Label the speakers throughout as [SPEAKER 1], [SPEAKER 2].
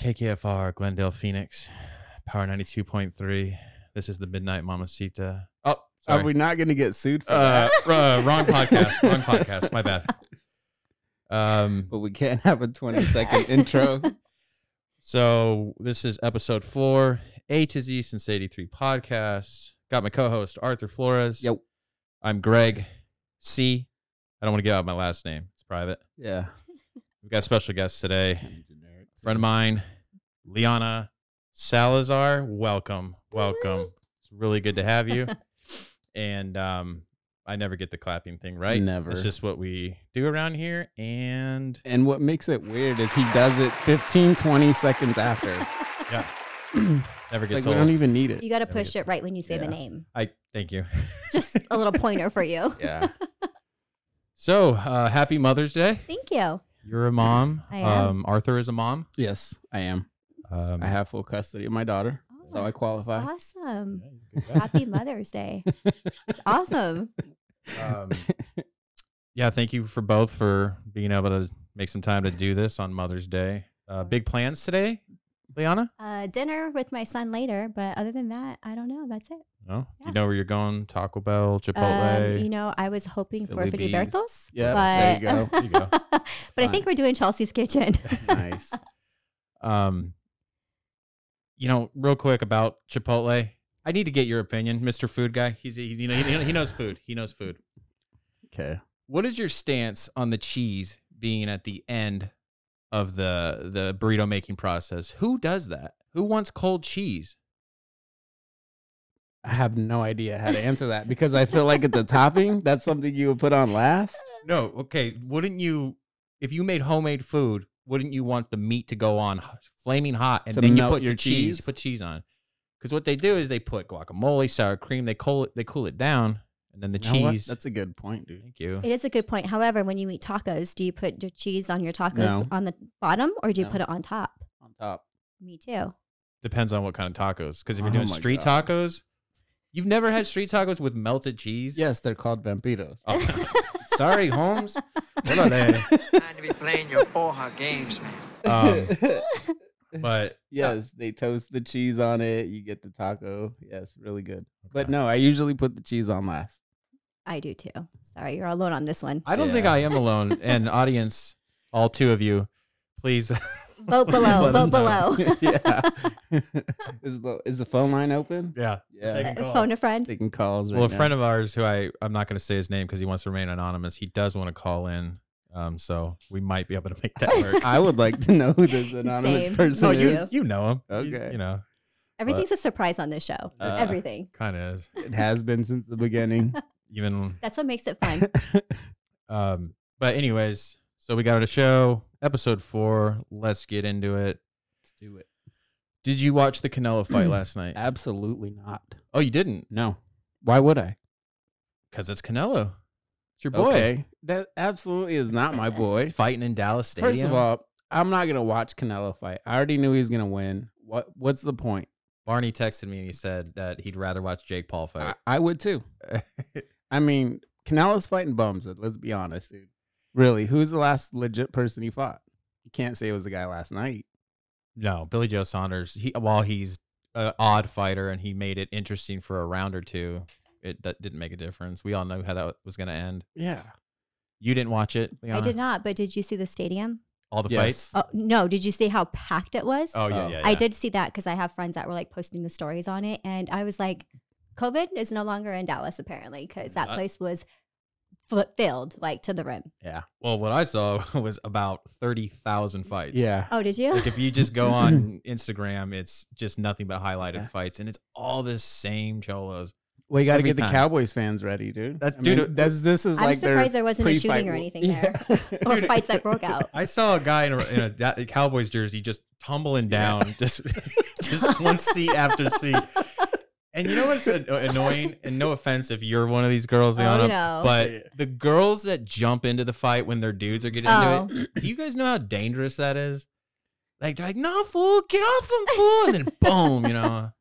[SPEAKER 1] KKFR, Glendale, Phoenix, Power 92.3. This is the Midnight Mamacita. Oh, sorry.
[SPEAKER 2] Are we not going to get sued for
[SPEAKER 1] uh,
[SPEAKER 2] that?
[SPEAKER 1] r- uh, wrong podcast. Wrong podcast. My bad. Um,
[SPEAKER 2] But we can't have a 20 second intro.
[SPEAKER 1] so this is episode four, A to Z since 83 podcast. Got my co host, Arthur Flores.
[SPEAKER 2] Yo.
[SPEAKER 1] I'm Greg C. I don't want to give out my last name, it's private.
[SPEAKER 2] Yeah.
[SPEAKER 1] We've got special guests today. friend of mine, Liana Salazar. Welcome, welcome. It's really good to have you. And um, I never get the clapping thing right.
[SPEAKER 2] Never.
[SPEAKER 1] It's just what we do around here. And
[SPEAKER 2] And what makes it weird is he does it 15, 20 seconds after.
[SPEAKER 1] never
[SPEAKER 2] It's like
[SPEAKER 1] gets
[SPEAKER 2] we
[SPEAKER 1] old.
[SPEAKER 2] don't e even need it.
[SPEAKER 3] You got to
[SPEAKER 1] There we
[SPEAKER 3] push
[SPEAKER 1] go.
[SPEAKER 3] it right when you say
[SPEAKER 2] Yeah.
[SPEAKER 3] the name.
[SPEAKER 1] I thank you.
[SPEAKER 3] Just a little pointer for you.
[SPEAKER 2] Yeah.
[SPEAKER 1] So uh, happy Mother's Day.
[SPEAKER 3] Thank you.
[SPEAKER 1] You're a mom.
[SPEAKER 3] I am.
[SPEAKER 1] Um, Arthur is a mom.
[SPEAKER 2] Yes, I am.
[SPEAKER 1] Um,
[SPEAKER 2] I have full custody of my daughter. So I qualify.
[SPEAKER 3] Awesome.
[SPEAKER 1] yeah, he's a good guy.
[SPEAKER 3] Happy Mother's Day. It's awesome.
[SPEAKER 1] um, yeah, thank you for both for being able to make some time to do this on Mother's Day. Uh, big plans today, Liana?
[SPEAKER 3] Uh, dinner with my son later, but other than that, I don't know. That's it.
[SPEAKER 1] No, Do
[SPEAKER 3] Yeah.
[SPEAKER 1] you know where you're going. Taco Bell, Chipotle.
[SPEAKER 3] Um, you know, I was hoping for
[SPEAKER 2] Philly B's.
[SPEAKER 3] Filibertos.
[SPEAKER 2] Yeah,
[SPEAKER 3] but,
[SPEAKER 2] there you go.
[SPEAKER 1] There you go.
[SPEAKER 3] but I think we're doing Chelsea's Kitchen.
[SPEAKER 2] nice.
[SPEAKER 1] um, you know, real quick about Chipotle. I need to get your opinion, Mr. Food Guy. He's he, you know he, he knows food. He knows food.
[SPEAKER 2] Okay.
[SPEAKER 1] What is your stance on the cheese being at the end of the the burrito making process? Who does that? Who wants cold cheese?
[SPEAKER 2] I have no idea how to answer that because I feel like it's a topping. That's something you would put on last.
[SPEAKER 1] No, okay. Wouldn't you, if you made homemade food, wouldn't you want the meat to go on h- flaming hot and
[SPEAKER 2] To
[SPEAKER 1] then you
[SPEAKER 2] melt
[SPEAKER 1] put your
[SPEAKER 2] your
[SPEAKER 1] cheese,
[SPEAKER 2] cheese?
[SPEAKER 1] put cheese on? Because what they do is they put guacamole, sour cream, they cool it, they cool it down, and then the
[SPEAKER 2] You know what?
[SPEAKER 1] cheese.
[SPEAKER 2] That's a good point, dude.
[SPEAKER 1] thank you.
[SPEAKER 3] It is a good point. However, when you eat tacos, do you put your cheese on your tacos
[SPEAKER 2] No.
[SPEAKER 3] on the bottom or do you
[SPEAKER 2] No.
[SPEAKER 3] put it on top?
[SPEAKER 2] On top.
[SPEAKER 3] Me too.
[SPEAKER 1] Depends on what kind of tacos. Because if you're
[SPEAKER 2] Oh
[SPEAKER 1] doing
[SPEAKER 2] my
[SPEAKER 1] street
[SPEAKER 2] God.
[SPEAKER 1] tacos, you've never had street tacos with melted cheese.
[SPEAKER 2] Yes, they're called vampiros.
[SPEAKER 1] Oh, sorry, Holmes. What are they?
[SPEAKER 4] Time to be playing your Boha games, man.
[SPEAKER 1] Um, But
[SPEAKER 2] Yes, they toast the cheese on it. You get the taco. Yes, really good. But
[SPEAKER 1] Okay.
[SPEAKER 2] no, I usually put the cheese on last.
[SPEAKER 3] I do too. Sorry, you're alone on this one.
[SPEAKER 1] I don't think
[SPEAKER 2] Yeah.
[SPEAKER 1] I am alone. And audience, all two of you, please.
[SPEAKER 3] Vote below.
[SPEAKER 2] Let us
[SPEAKER 3] vote
[SPEAKER 1] Oh.
[SPEAKER 2] know.
[SPEAKER 3] below.
[SPEAKER 2] yeah. is the is the phone line open?
[SPEAKER 1] yeah.
[SPEAKER 2] Yeah.
[SPEAKER 1] Taking
[SPEAKER 3] Uh,
[SPEAKER 1] calls.
[SPEAKER 3] Phone a friend.
[SPEAKER 2] Taking calls. Right
[SPEAKER 1] well, a
[SPEAKER 2] now.
[SPEAKER 1] friend of ours who I I'm not going to say his name because he wants to remain anonymous. He does want to call in, um, so we might be able to make that work.
[SPEAKER 2] I would like to know who this anonymous
[SPEAKER 3] Same.
[SPEAKER 2] person
[SPEAKER 1] no,
[SPEAKER 3] Me
[SPEAKER 1] you
[SPEAKER 2] is.
[SPEAKER 1] you know him. He's-
[SPEAKER 2] Okay.
[SPEAKER 1] you know,
[SPEAKER 3] Everything's a surprise on this show.
[SPEAKER 2] Uh,
[SPEAKER 3] Everything.
[SPEAKER 1] kind of is
[SPEAKER 2] It has been since the beginning.
[SPEAKER 1] even.
[SPEAKER 3] That's what makes it fun.
[SPEAKER 1] Um, but anyways, so we got a show episode four. Let's get into it.
[SPEAKER 2] Let's do it.
[SPEAKER 1] Did you watch the Canelo fight last night?
[SPEAKER 2] Absolutely not.
[SPEAKER 1] Oh, you didn't,
[SPEAKER 2] No. Why would I?
[SPEAKER 1] because it's Canelo. It's your boy
[SPEAKER 2] Okay. That absolutely is not my boy.
[SPEAKER 1] fighting in Dallas Stadium.
[SPEAKER 2] First of all, I'm not gonna watch Canelo fight. I already knew he was gonna win. What what's the point?
[SPEAKER 1] Barney texted me and he said that he'd rather watch Jake Paul
[SPEAKER 2] I,
[SPEAKER 1] fight.
[SPEAKER 2] I would too. I mean, Canelo's fighting bums. uh, Let's be honest, dude. Really, who's the last legit person he fought? You can't say it was the guy last night.
[SPEAKER 1] No, Billy Joe Saunders. He while he's an odd fighter and he made it interesting for a round or two, it that didn't make a difference. We all know how that was going to end.
[SPEAKER 2] Yeah.
[SPEAKER 1] You didn't watch it.
[SPEAKER 3] I
[SPEAKER 1] Liana?
[SPEAKER 3] did not, but did you see the stadium?
[SPEAKER 1] All the
[SPEAKER 2] Yes.
[SPEAKER 1] fights.
[SPEAKER 3] Oh, no. Did you see how packed it was?
[SPEAKER 1] Oh yeah,
[SPEAKER 2] Oh.
[SPEAKER 1] yeah,
[SPEAKER 3] I
[SPEAKER 1] yeah.
[SPEAKER 3] did see that because I have friends that were like posting the stories on it. And I was like, COVID is no longer in Dallas, apparently, because that
[SPEAKER 1] Not-
[SPEAKER 3] place was f- filled like to the rim.
[SPEAKER 1] Well, what I saw was about thirty thousand fights.
[SPEAKER 2] Yeah.
[SPEAKER 3] Oh, did you?
[SPEAKER 1] Like if you just go on Instagram, it's just nothing but highlighted
[SPEAKER 2] Yeah.
[SPEAKER 1] fights, and it's all the same cholos.
[SPEAKER 2] Well, you got to
[SPEAKER 1] Every
[SPEAKER 2] get the
[SPEAKER 1] time.
[SPEAKER 2] Cowboys fans ready, dude.
[SPEAKER 1] That's-
[SPEAKER 2] I mean,
[SPEAKER 1] dude,
[SPEAKER 2] that's this is
[SPEAKER 3] I'm
[SPEAKER 2] like their
[SPEAKER 3] surprised there wasn't a
[SPEAKER 2] pre-fight
[SPEAKER 3] shooting or
[SPEAKER 2] wo-
[SPEAKER 3] anything there
[SPEAKER 2] Yeah.
[SPEAKER 3] or fights that broke out.
[SPEAKER 1] I saw a guy in a, in a Da- Cowboys jersey just tumbling
[SPEAKER 2] Yeah.
[SPEAKER 1] down, just just one seat after seat. And you know what's an- annoying? And no offense if you're one of these girls, Liana,
[SPEAKER 3] Oh, no.
[SPEAKER 1] but
[SPEAKER 2] Yeah.
[SPEAKER 1] the girls that jump into the fight when their dudes are getting
[SPEAKER 3] Oh,
[SPEAKER 1] into it, do you guys know how dangerous that is? Like they're like, "No, fool, get off him, fool!" And then boom, you know.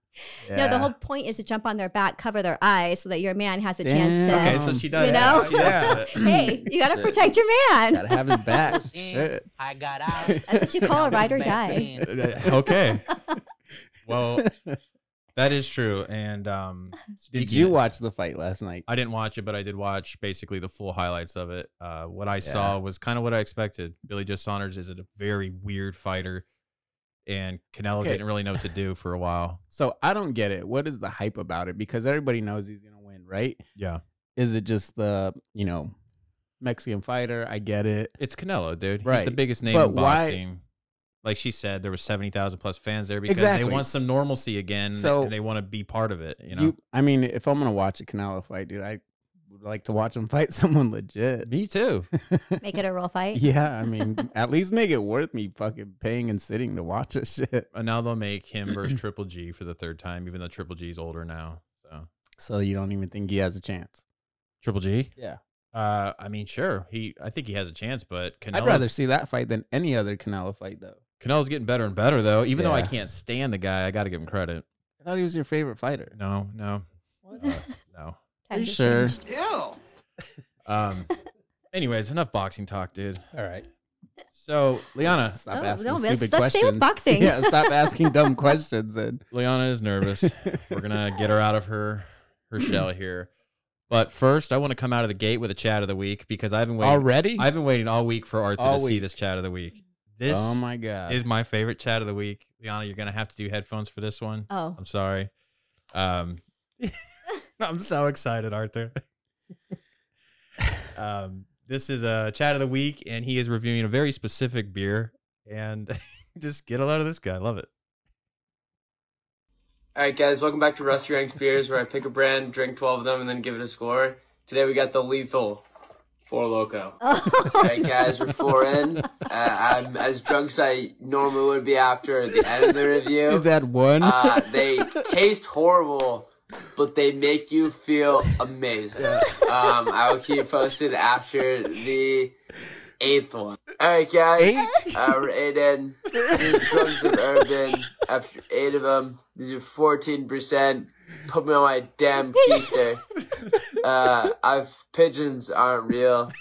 [SPEAKER 3] Oh, No, the whole point is to jump on their back, cover their eyes, so that your man has a chance to.
[SPEAKER 1] Okay,
[SPEAKER 2] Damn.
[SPEAKER 1] so
[SPEAKER 2] Um,
[SPEAKER 1] she does.
[SPEAKER 3] you know?
[SPEAKER 1] she does do it.
[SPEAKER 3] Hey, you gotta
[SPEAKER 5] Shit.
[SPEAKER 3] protect your man.
[SPEAKER 5] Gotta have his back.
[SPEAKER 6] Yeah.
[SPEAKER 5] Shit.
[SPEAKER 6] I got out.
[SPEAKER 3] That's what you call a ride or
[SPEAKER 6] Back
[SPEAKER 3] die.
[SPEAKER 6] then.
[SPEAKER 1] okay. Well, that is true. And um,
[SPEAKER 2] Did
[SPEAKER 1] speaking
[SPEAKER 2] you
[SPEAKER 1] of-
[SPEAKER 2] watch the fight last night?
[SPEAKER 1] I didn't watch it, but I did watch basically the full highlights of it. Uh, what I
[SPEAKER 5] Yeah.
[SPEAKER 1] saw was kind of what I expected. Billy Joe Saunders is a very weird fighter, and Canelo
[SPEAKER 2] Okay.
[SPEAKER 1] didn't really know what to do for a while.
[SPEAKER 2] So I don't get it. What is the hype about it? Because everybody knows he's gonna win, right?
[SPEAKER 1] Yeah,
[SPEAKER 2] Is it just the you know Mexican fighter? I get it.
[SPEAKER 1] it's Canelo, dude. He's the
[SPEAKER 2] Right.
[SPEAKER 1] biggest name
[SPEAKER 2] But
[SPEAKER 1] in
[SPEAKER 2] why-
[SPEAKER 1] boxing. Like she said, there was seventy thousand plus fans there because
[SPEAKER 2] Exactly.
[SPEAKER 1] they want some normalcy again,
[SPEAKER 2] So-
[SPEAKER 1] and they want to be part of it. You know,
[SPEAKER 2] I mean, if I'm gonna watch a Canelo fight, dude, I would like to watch him fight someone legit.
[SPEAKER 1] me too.
[SPEAKER 3] Make it a real fight.
[SPEAKER 2] yeah, I mean, at least make it worth me fucking paying and sitting to watch this shit.
[SPEAKER 1] And now they'll make him versus Triple G for the third time, even though Triple G's older now. So
[SPEAKER 2] So you don't even think he has a chance?
[SPEAKER 1] Triple G.
[SPEAKER 2] Yeah.
[SPEAKER 1] Uh, I mean, sure. He, I think he has a chance, but Canelo's,
[SPEAKER 2] I'd rather see that fight than any other Canelo fight, though.
[SPEAKER 1] Canelo's getting better and better though. Even though I
[SPEAKER 2] Yeah.
[SPEAKER 1] can't stand the guy, I got to give him credit.
[SPEAKER 2] I thought he was your favorite fighter.
[SPEAKER 1] No, no, uh, no.
[SPEAKER 2] Are you
[SPEAKER 3] Times have
[SPEAKER 2] sure?
[SPEAKER 3] changed.
[SPEAKER 4] Still.
[SPEAKER 1] Um, anyways, enough boxing talk, dude.
[SPEAKER 2] All right.
[SPEAKER 1] So Liana,
[SPEAKER 2] Stop
[SPEAKER 3] No,
[SPEAKER 2] asking
[SPEAKER 3] Oh, no, let's-
[SPEAKER 2] stupid
[SPEAKER 3] let's
[SPEAKER 2] questions.
[SPEAKER 3] stay with boxing.
[SPEAKER 2] yeah, stop asking dumb questions. And
[SPEAKER 1] Liana is nervous. We're gonna get her out of her her shell here. But first, I want to come out of the gate with a chat of the week because I've been waiting.
[SPEAKER 2] already.
[SPEAKER 1] I've been waiting all week for Arthur
[SPEAKER 2] All
[SPEAKER 1] to see
[SPEAKER 2] week.
[SPEAKER 1] this chat of the week. This
[SPEAKER 2] oh my god.
[SPEAKER 1] is my favorite chat of the week. Liana, you're gonna have to do headphones for this one.
[SPEAKER 3] Oh,
[SPEAKER 1] I'm sorry. Um, I'm so excited, Arthur. um, this is a chat of the week, and he is reviewing a very specific beer. And just get a load of this guy. I love it.
[SPEAKER 7] All right, guys, welcome back to Rusty Ranks Beers, where I pick a brand, drink 12 of them, and then give it a score. Today we got the lethal Four Loco. All right, guys, we're four in. Uh, I'm as drunk as I normally would be after the end of the review.
[SPEAKER 2] Is that one?
[SPEAKER 7] Uh, they taste horrible, but they make you feel amazing. Um, I will keep you posted after the eighth one. All right, guys. Uh, we're eight in. These are drugs of urban. After eight of them, these are fourteen percent. Put me on my damn keister. Uh, I've pigeons aren't real.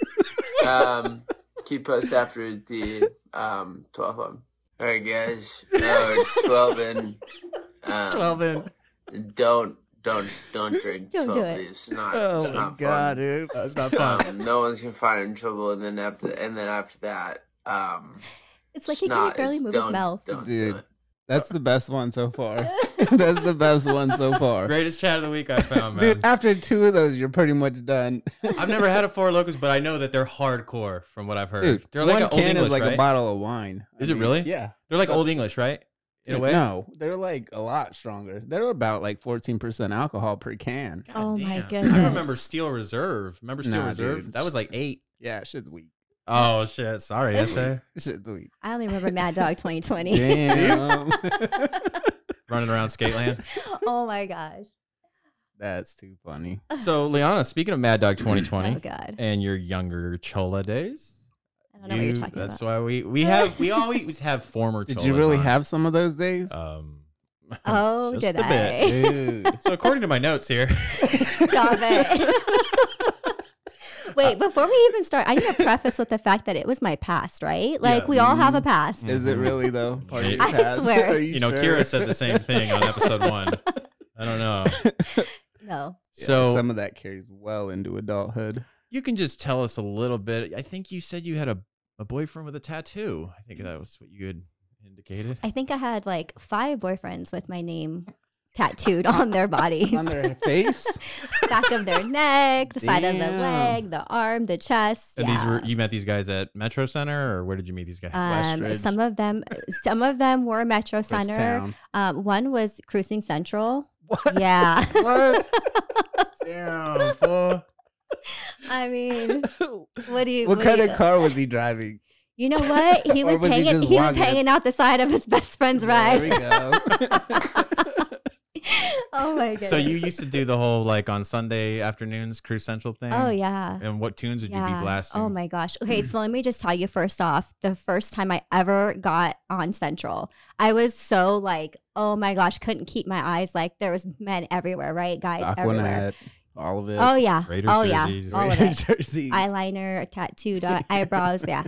[SPEAKER 7] Um, keep post after the um twelfth one. All right, guys. Now we're twelve in. Um, twelve
[SPEAKER 1] in.
[SPEAKER 7] Don't don't don't drink.
[SPEAKER 3] Don't do
[SPEAKER 7] 12
[SPEAKER 3] it.
[SPEAKER 7] Please. It's not.
[SPEAKER 2] oh
[SPEAKER 7] it's
[SPEAKER 2] my
[SPEAKER 7] not
[SPEAKER 2] god,
[SPEAKER 7] Fun.
[SPEAKER 2] dude.
[SPEAKER 1] That's not
[SPEAKER 7] Um, no one's gonna find him in trouble, and then after, and then after that, um,
[SPEAKER 3] it's like he
[SPEAKER 7] nah,
[SPEAKER 3] can barely
[SPEAKER 7] it's-
[SPEAKER 3] move his
[SPEAKER 7] don't-
[SPEAKER 3] mouth.
[SPEAKER 7] don't do
[SPEAKER 2] Dude.
[SPEAKER 7] it.
[SPEAKER 2] That's the best one so far. That's the best one so far.
[SPEAKER 1] Greatest chat of the week I found, man.
[SPEAKER 2] Dude, after two of those, you're pretty much done.
[SPEAKER 1] I've never had a Four Locos, but I know that they're hardcore from what I've heard.
[SPEAKER 2] Dude,
[SPEAKER 1] they're
[SPEAKER 2] one
[SPEAKER 1] like an
[SPEAKER 2] can
[SPEAKER 1] old English,
[SPEAKER 2] is like
[SPEAKER 1] right?
[SPEAKER 2] a bottle of wine.
[SPEAKER 1] Is it really?
[SPEAKER 2] Yeah.
[SPEAKER 1] they're like old English, right? In a
[SPEAKER 2] Dude,
[SPEAKER 1] way.
[SPEAKER 2] No, they're like a lot stronger. They're about like 14% alcohol per can.
[SPEAKER 1] God
[SPEAKER 3] Oh my
[SPEAKER 1] damn. I remember
[SPEAKER 3] goodness.
[SPEAKER 1] Steel Reserve. Remember Steel
[SPEAKER 2] Nah,
[SPEAKER 1] Reserve?
[SPEAKER 2] dude.
[SPEAKER 1] That was like eight.
[SPEAKER 2] Yeah, shit's weak.
[SPEAKER 1] Oh shit! Sorry, SA.
[SPEAKER 2] Shit's weak.
[SPEAKER 3] I only remember Mad Dog 2020.
[SPEAKER 2] Damn.
[SPEAKER 1] Running around Skateland.
[SPEAKER 3] oh my gosh.
[SPEAKER 2] That's too funny.
[SPEAKER 1] So, Liana, speaking of Mad Dog
[SPEAKER 3] Oh
[SPEAKER 1] 2020
[SPEAKER 3] god.
[SPEAKER 1] and your younger Chola days,
[SPEAKER 3] I don't know what you're
[SPEAKER 1] you-
[SPEAKER 3] talking
[SPEAKER 1] that's
[SPEAKER 3] about.
[SPEAKER 1] why we we have we always have former.
[SPEAKER 2] Did
[SPEAKER 1] Cholas
[SPEAKER 2] you really
[SPEAKER 1] on.
[SPEAKER 2] have some of those days?
[SPEAKER 1] Um,
[SPEAKER 3] Oh,
[SPEAKER 1] just
[SPEAKER 3] did
[SPEAKER 1] a bit.
[SPEAKER 3] I?
[SPEAKER 2] Dude.
[SPEAKER 1] So, according to my notes here,
[SPEAKER 3] Stop it. Wait, before we even start, I need to preface with the fact that it was my past, right? Like we all have a past.
[SPEAKER 2] Is it really though? Part of your
[SPEAKER 1] I
[SPEAKER 2] past?
[SPEAKER 3] swear.
[SPEAKER 2] Are
[SPEAKER 1] you know,
[SPEAKER 2] sure?
[SPEAKER 1] Kira said the same thing on episode one. I don't know.
[SPEAKER 3] No.
[SPEAKER 2] Yeah,
[SPEAKER 1] So
[SPEAKER 2] some of that carries well into adulthood.
[SPEAKER 1] you can just tell us a little bit. I think you said you had a a boyfriend with a tattoo. I think that was what you had indicated.
[SPEAKER 3] I think I had like five boyfriends with my name tattooed on their bodies.
[SPEAKER 2] On their face.
[SPEAKER 3] back of their neck, the side of the
[SPEAKER 2] Damn.
[SPEAKER 3] leg, the arm, the chest.
[SPEAKER 1] And
[SPEAKER 3] yeah.
[SPEAKER 1] these were you met these guys at Metro Center, or where did you meet these guys?
[SPEAKER 3] um,
[SPEAKER 2] Westridge.
[SPEAKER 3] some of them, some of them were Metro
[SPEAKER 2] First
[SPEAKER 3] Center.
[SPEAKER 2] town.
[SPEAKER 3] Um, one was Cruising Central. Yeah,
[SPEAKER 1] What? Damn, fool.
[SPEAKER 3] I mean, what do you?
[SPEAKER 2] What kind
[SPEAKER 3] do
[SPEAKER 2] of
[SPEAKER 3] you-
[SPEAKER 2] car was he driving?
[SPEAKER 3] You know what? He
[SPEAKER 2] Or
[SPEAKER 3] was,
[SPEAKER 2] was he
[SPEAKER 3] hanging.
[SPEAKER 2] just
[SPEAKER 3] He, was
[SPEAKER 2] walking?
[SPEAKER 3] hanging out the side of his best friend's
[SPEAKER 2] There
[SPEAKER 3] ride.
[SPEAKER 2] we go.
[SPEAKER 3] Oh my goodness.
[SPEAKER 1] So you used to do the whole like on Sunday afternoons Cruise Central thing.
[SPEAKER 3] Oh yeah.
[SPEAKER 1] And what tunes would you
[SPEAKER 3] Yeah.
[SPEAKER 1] be blasting?
[SPEAKER 3] Oh my gosh. Okay, so let me just tell you first off, the first time I ever got on Central, I was so like, oh my gosh, couldn't keep my eyes. Like there was men everywhere, right? Guys everywhere.
[SPEAKER 2] Aquanet, all of it.
[SPEAKER 3] Oh yeah.
[SPEAKER 1] Raiders
[SPEAKER 3] oh yeah.
[SPEAKER 1] jerseys,
[SPEAKER 3] All of
[SPEAKER 2] Raider
[SPEAKER 3] it.
[SPEAKER 2] uh, jerseys.
[SPEAKER 3] Eyeliner, tattooed uh, eyebrows, yeah.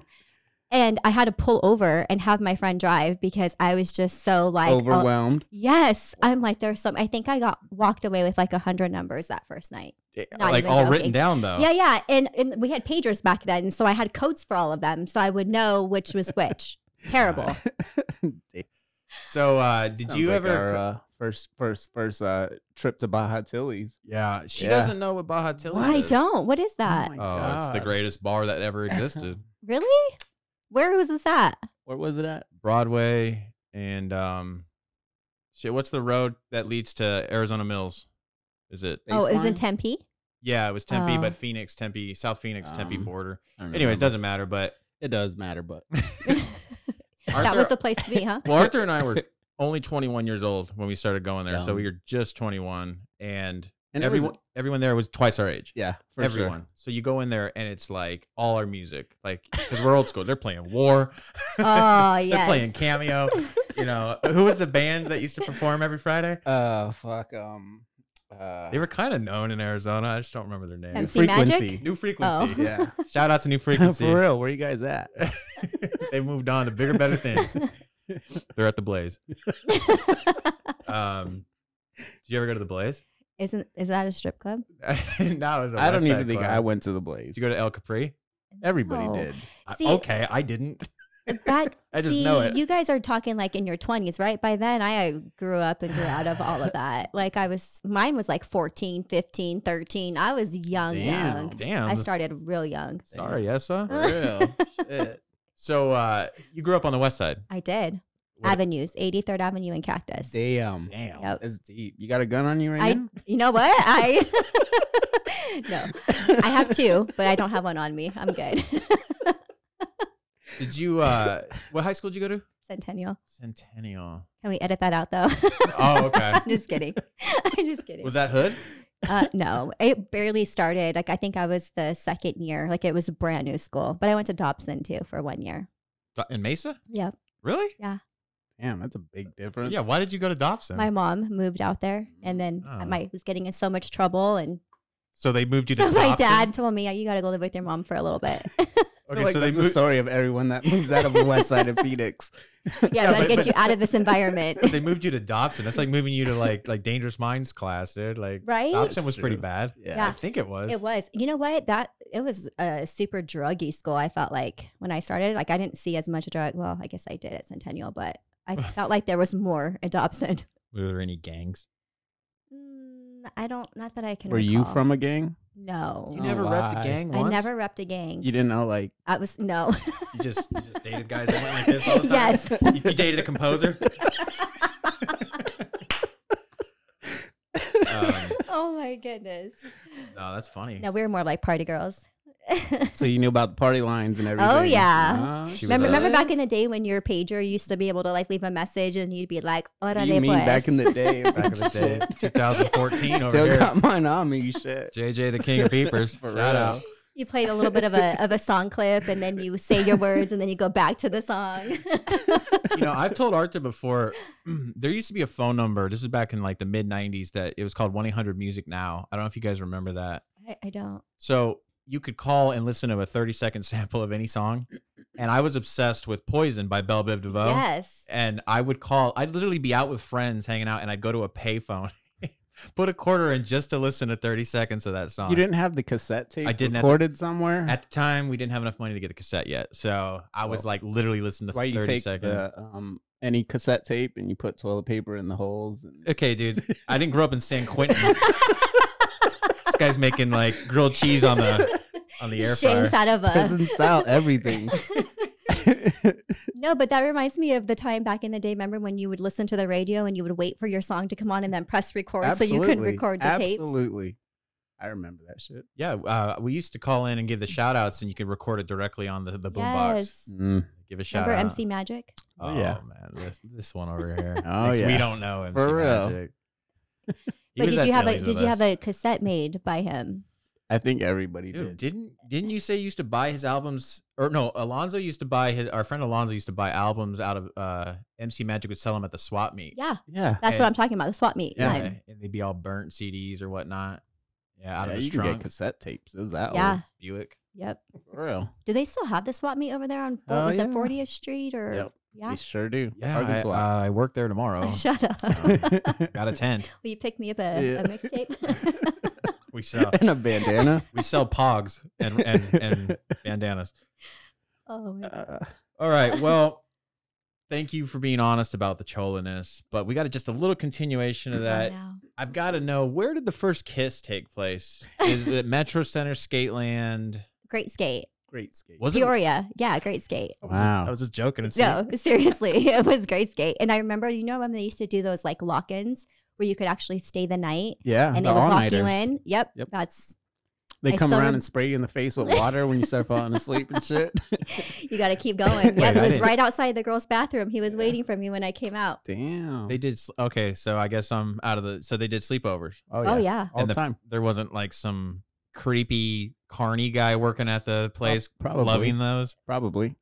[SPEAKER 3] And I had to pull over and have my friend drive because I was just so like oh,
[SPEAKER 2] Overwhelmed.
[SPEAKER 3] Yes, I'm like there's some. I think I got walked away with like a hundred numbers that first night.
[SPEAKER 2] Eh,
[SPEAKER 3] Not
[SPEAKER 1] like
[SPEAKER 3] even
[SPEAKER 1] all
[SPEAKER 3] joking.
[SPEAKER 1] written down though.
[SPEAKER 3] Yeah, yeah, and, and we had pagers back then, so I had codes for all of them, so I would know which was which. Terrible.
[SPEAKER 1] So uh, did you ever?
[SPEAKER 2] uh, first first first uh, trip to Baja Tilly's?
[SPEAKER 1] yeah, she
[SPEAKER 2] Yeah.
[SPEAKER 1] doesn't know what Baja Tilly
[SPEAKER 3] I
[SPEAKER 1] is.
[SPEAKER 3] don't. What is that?
[SPEAKER 1] Oh, it's the greatest bar that ever existed.
[SPEAKER 3] really? Where was this at?
[SPEAKER 2] Where was it at?
[SPEAKER 1] Broadway and um, shit. What's the road that leads to Arizona Mills? Is it?
[SPEAKER 3] Oh, it was in
[SPEAKER 2] Baseline?
[SPEAKER 3] Tempe.
[SPEAKER 1] Yeah, it was Tempe,
[SPEAKER 3] Oh.
[SPEAKER 1] but Phoenix, Tempe, South Phoenix, Tempe
[SPEAKER 2] Um,
[SPEAKER 1] border.
[SPEAKER 2] I don't
[SPEAKER 1] Anyways,
[SPEAKER 2] remember.
[SPEAKER 1] doesn't matter. But
[SPEAKER 2] it does matter, but
[SPEAKER 3] that was the place to be, huh?
[SPEAKER 1] Well, Arthur and I were only 21 years old when we started going there, so
[SPEAKER 2] Dumb.
[SPEAKER 1] we were just 21, and,
[SPEAKER 2] and it was-
[SPEAKER 1] everyone everyone there was twice our age.
[SPEAKER 2] yeah, for sure.
[SPEAKER 1] everyone. So you go in there and it's like all our music, like because we're old school. They're playing War.
[SPEAKER 2] Ah,
[SPEAKER 3] Oh
[SPEAKER 1] They're
[SPEAKER 3] yes.
[SPEAKER 1] playing Cameo. You know who was the band that used to perform every Friday?
[SPEAKER 2] Uh, fuck. Um, uh,
[SPEAKER 1] They were kind of known in Arizona. I just don't remember their name.
[SPEAKER 3] MC Magic?
[SPEAKER 1] New Frequency.
[SPEAKER 3] Oh.
[SPEAKER 1] Yeah. Shout out to New Frequency.
[SPEAKER 2] for real. Where you guys at?
[SPEAKER 1] they moved on to bigger, better things. They're at the Blaze. Um, did you ever go to the Blaze?
[SPEAKER 3] Isn't is that a strip club?
[SPEAKER 1] no, it was a
[SPEAKER 2] I don't
[SPEAKER 1] West
[SPEAKER 2] even
[SPEAKER 1] Side
[SPEAKER 2] think
[SPEAKER 1] club.
[SPEAKER 2] I went to the Blaze.
[SPEAKER 1] Did you go to El Capri?
[SPEAKER 2] Everybody
[SPEAKER 3] No.
[SPEAKER 2] did.
[SPEAKER 1] I-
[SPEAKER 3] See,
[SPEAKER 1] okay, I didn't.
[SPEAKER 3] Back,
[SPEAKER 1] I just
[SPEAKER 3] see,
[SPEAKER 1] know it.
[SPEAKER 3] You guys are talking like in your twenties, right? By then, I grew up and grew out of all of that. Like I was, mine was like 14, 15, 13. I was young,
[SPEAKER 2] Damn.
[SPEAKER 3] young.
[SPEAKER 1] Damn.
[SPEAKER 3] I
[SPEAKER 1] this-
[SPEAKER 3] started real young.
[SPEAKER 1] Sorry, Essa.
[SPEAKER 2] For real. Shit.
[SPEAKER 1] So uh, you grew up on the West Side.
[SPEAKER 3] I did.
[SPEAKER 1] What-
[SPEAKER 3] Avenues, 83rd Avenue and Cactus.
[SPEAKER 2] Damn.
[SPEAKER 1] Damn.
[SPEAKER 3] Yep.
[SPEAKER 2] That's deep. You got a gun on you right
[SPEAKER 3] I,
[SPEAKER 2] now?
[SPEAKER 3] you know what? I no, I have two, but I don't have one on me. I'm good.
[SPEAKER 1] Did you? Uh, what high school did you go to?
[SPEAKER 3] Centennial.
[SPEAKER 1] Centennial.
[SPEAKER 3] Can we edit that out though?
[SPEAKER 1] Oh, okay.
[SPEAKER 3] I'm just kidding. I'm just kidding.
[SPEAKER 1] Was that Hood?
[SPEAKER 3] Uh, no, it barely started. Like I think I was the second year. Like it was a brand new school, but I went to Dobson too for one year.
[SPEAKER 1] In Mesa?
[SPEAKER 3] Yeah,
[SPEAKER 1] Really?
[SPEAKER 2] Damn, that's a big difference.
[SPEAKER 1] Yeah. Why did you go to Dobson?
[SPEAKER 3] my mom moved out there, and then
[SPEAKER 1] Uh. Oh.
[SPEAKER 3] my was getting in so much trouble, and
[SPEAKER 1] so they moved you to
[SPEAKER 3] so
[SPEAKER 1] Dobson.
[SPEAKER 3] my dad told me, "Yeah, you got to go live with your mom for a little bit."
[SPEAKER 1] Okay,
[SPEAKER 2] like
[SPEAKER 1] so they
[SPEAKER 2] that's the
[SPEAKER 1] moved.
[SPEAKER 2] story of everyone that moves out of the west side of Phoenix.
[SPEAKER 1] but-
[SPEAKER 3] yeah, gotta get
[SPEAKER 1] but-
[SPEAKER 3] you out of this environment,
[SPEAKER 1] They moved you to Dobson. That's like moving you to like like Dangerous Minds class, dude. Like
[SPEAKER 3] right?
[SPEAKER 1] Dobson was
[SPEAKER 2] True.
[SPEAKER 1] pretty bad. I
[SPEAKER 3] Yeah.
[SPEAKER 1] think it was.
[SPEAKER 3] It was. You know what? That it was a super druggy school. I felt like when I started, like I didn't see as much drug. Well, I guess I did at Centennial, but I felt like there was more at Dobson.
[SPEAKER 1] Were there any gangs?
[SPEAKER 3] Mm, I don't. Not that I can.
[SPEAKER 2] Were you
[SPEAKER 3] recall.
[SPEAKER 2] from a gang?
[SPEAKER 3] No.
[SPEAKER 1] You never
[SPEAKER 2] Oh,
[SPEAKER 1] repped a
[SPEAKER 2] lie.
[SPEAKER 1] gang
[SPEAKER 3] I
[SPEAKER 1] once.
[SPEAKER 3] never repped a gang.
[SPEAKER 2] You didn't know, like,
[SPEAKER 3] I was no.
[SPEAKER 1] You just you just dated guys that went like this all the time.
[SPEAKER 3] Yes.
[SPEAKER 1] You, you dated a composer. um,
[SPEAKER 3] oh my goodness.
[SPEAKER 1] no, that's funny.
[SPEAKER 3] No, we were more like party girls.
[SPEAKER 2] so you knew about the party lines and everything.
[SPEAKER 3] Oh, yeah.
[SPEAKER 2] Ah,
[SPEAKER 1] She was
[SPEAKER 3] Remember,
[SPEAKER 1] a-
[SPEAKER 3] remember back in the day when your pager used to be able to like leave a message and you'd be like, "Ora
[SPEAKER 2] You
[SPEAKER 3] de
[SPEAKER 2] mean back in the
[SPEAKER 3] pues."
[SPEAKER 2] day?
[SPEAKER 1] back in the day, 2014 over
[SPEAKER 2] Still
[SPEAKER 1] here.
[SPEAKER 2] got mine on me, shit.
[SPEAKER 1] JJ the King of Peepers.
[SPEAKER 2] For
[SPEAKER 1] Shout
[SPEAKER 2] real.
[SPEAKER 1] out.
[SPEAKER 3] You played a little bit of a of a song clip and then you say your words and then you go back to the song.
[SPEAKER 1] You know, I've told Arthur before. There used to be a phone number. This is back in like the mid '90s. That it was called 1 800 Music Now. I don't know if you guys remember that.
[SPEAKER 3] I, I don't.
[SPEAKER 1] So you could call and listen to a 30 second sample of any song. And I was obsessed with Poison by Belle Biv DeVoe.
[SPEAKER 3] Yes.
[SPEAKER 1] And I would call, I'd literally be out with friends hanging out and I'd go to a payphone, put a quarter in just to listen to 30 seconds of that song.
[SPEAKER 2] You didn't have the cassette tape
[SPEAKER 1] Uh, I didn't have the-
[SPEAKER 2] recorded somewhere?
[SPEAKER 1] At the time, we didn't have enough money to get the cassette yet. So I was
[SPEAKER 2] Well,
[SPEAKER 1] like literally listening to
[SPEAKER 2] That's why
[SPEAKER 1] 30
[SPEAKER 2] you take
[SPEAKER 1] seconds.
[SPEAKER 2] the, um, any cassette tape and you put toilet paper in the holes. And
[SPEAKER 1] Okay, dude. I didn't grow up in San Quentin. this guy's making like grilled cheese on the on the air fryer.
[SPEAKER 3] Shanks out of uh, us.
[SPEAKER 2] prison style, everything.
[SPEAKER 3] No, but that reminds me of the time back in the day. Remember when you would listen to the radio and you would wait for your song to come on and then press record so you couldn't
[SPEAKER 2] Absolutely.
[SPEAKER 3] record the tapes?
[SPEAKER 2] Absolutely. I remember that shit.
[SPEAKER 1] Yeah, uh, we used to call in and give the shout outs, and you could record it directly on the, the boombox.
[SPEAKER 3] Yes.
[SPEAKER 2] Mm.
[SPEAKER 1] Give a shout
[SPEAKER 3] Remember
[SPEAKER 1] out.
[SPEAKER 3] MC Magic?
[SPEAKER 1] Oh,
[SPEAKER 2] Oh, yeah.
[SPEAKER 1] man. This, this one over here.
[SPEAKER 2] Oh,
[SPEAKER 1] Thinks We
[SPEAKER 2] yeah.
[SPEAKER 1] don't know MC
[SPEAKER 2] For real.
[SPEAKER 1] Magic. He
[SPEAKER 3] But
[SPEAKER 1] was
[SPEAKER 3] did
[SPEAKER 1] at
[SPEAKER 3] you have a
[SPEAKER 1] Tilly's
[SPEAKER 3] did
[SPEAKER 1] with
[SPEAKER 3] you
[SPEAKER 1] us.
[SPEAKER 3] have a cassette made by him?
[SPEAKER 2] I think everybody
[SPEAKER 5] Dude,
[SPEAKER 2] did.
[SPEAKER 5] didn't didn't you say you used to buy his albums or no, Alonzo used to buy his our friend Alonzo used to buy albums out of uh MC Magic would sell them at the swap meet.
[SPEAKER 3] Yeah,
[SPEAKER 2] Yeah.
[SPEAKER 3] that's
[SPEAKER 5] Hey.
[SPEAKER 3] what I'm talking about. The swap meet.
[SPEAKER 5] Yeah,
[SPEAKER 3] time.
[SPEAKER 5] and they'd be all burnt CDs or whatnot. Yeah, out
[SPEAKER 2] Yeah,
[SPEAKER 5] of his
[SPEAKER 2] you could get
[SPEAKER 5] trunk.
[SPEAKER 2] cassette tapes. It was that
[SPEAKER 3] Yeah.
[SPEAKER 2] old.
[SPEAKER 5] Buick.
[SPEAKER 3] Yep.
[SPEAKER 2] For real.
[SPEAKER 3] Do they still have the swap meet over there on what
[SPEAKER 2] Oh,
[SPEAKER 3] was
[SPEAKER 2] yeah.
[SPEAKER 3] it 40th Street or
[SPEAKER 2] Yep.
[SPEAKER 3] yeah?
[SPEAKER 2] They sure do.
[SPEAKER 5] Yeah, I,
[SPEAKER 2] Target's a lot.
[SPEAKER 5] uh, I work there tomorrow.
[SPEAKER 3] Shut up.
[SPEAKER 1] uh,
[SPEAKER 5] Got a tent.
[SPEAKER 3] Will you pick me up a,
[SPEAKER 2] Yeah.
[SPEAKER 3] a mixtape?
[SPEAKER 1] We sell
[SPEAKER 2] and a bandana.
[SPEAKER 1] we sell pogs and and, and bandanas.
[SPEAKER 3] oh my
[SPEAKER 2] Uh,
[SPEAKER 1] All right. Well, thank you for being honest about the choliness, but we got just a little continuation
[SPEAKER 5] Mm-hmm.
[SPEAKER 1] of that.
[SPEAKER 3] God,
[SPEAKER 1] I've got to know where did the first kiss take place? Is it Metro Center, Skateland?
[SPEAKER 3] Great skate.
[SPEAKER 2] great skate.
[SPEAKER 1] Was it?
[SPEAKER 3] Peoria. Yeah, great skate.
[SPEAKER 2] Wow.
[SPEAKER 1] I was just joking. It's
[SPEAKER 3] No, seriously, it was great skate. And I remember, you know, when they used to do those like lock ins where you could actually stay the night
[SPEAKER 2] yeah.
[SPEAKER 3] and
[SPEAKER 2] Uh-huh. the
[SPEAKER 3] they would lock
[SPEAKER 2] all-nighters.
[SPEAKER 3] you in. Yep.
[SPEAKER 2] Yep.
[SPEAKER 3] That's,
[SPEAKER 2] They
[SPEAKER 3] I
[SPEAKER 2] come
[SPEAKER 3] still
[SPEAKER 2] around
[SPEAKER 3] rem-
[SPEAKER 2] and spray you in the face with water when you start falling asleep and shit.
[SPEAKER 3] you got to keep going.
[SPEAKER 5] Wait,
[SPEAKER 3] Yep.
[SPEAKER 5] I
[SPEAKER 3] It was
[SPEAKER 5] didn't-
[SPEAKER 3] right outside the girl's bathroom. He was
[SPEAKER 2] Yeah.
[SPEAKER 3] waiting for me when I came out.
[SPEAKER 2] Damn.
[SPEAKER 1] They did s- okay, so I guess I'm out of the. So they did sleepovers.
[SPEAKER 3] Oh, yeah.
[SPEAKER 2] All
[SPEAKER 1] And
[SPEAKER 2] the time.
[SPEAKER 1] There wasn't like some creepy carny guy working at the place,
[SPEAKER 2] probably.
[SPEAKER 1] loving those.
[SPEAKER 2] Probably.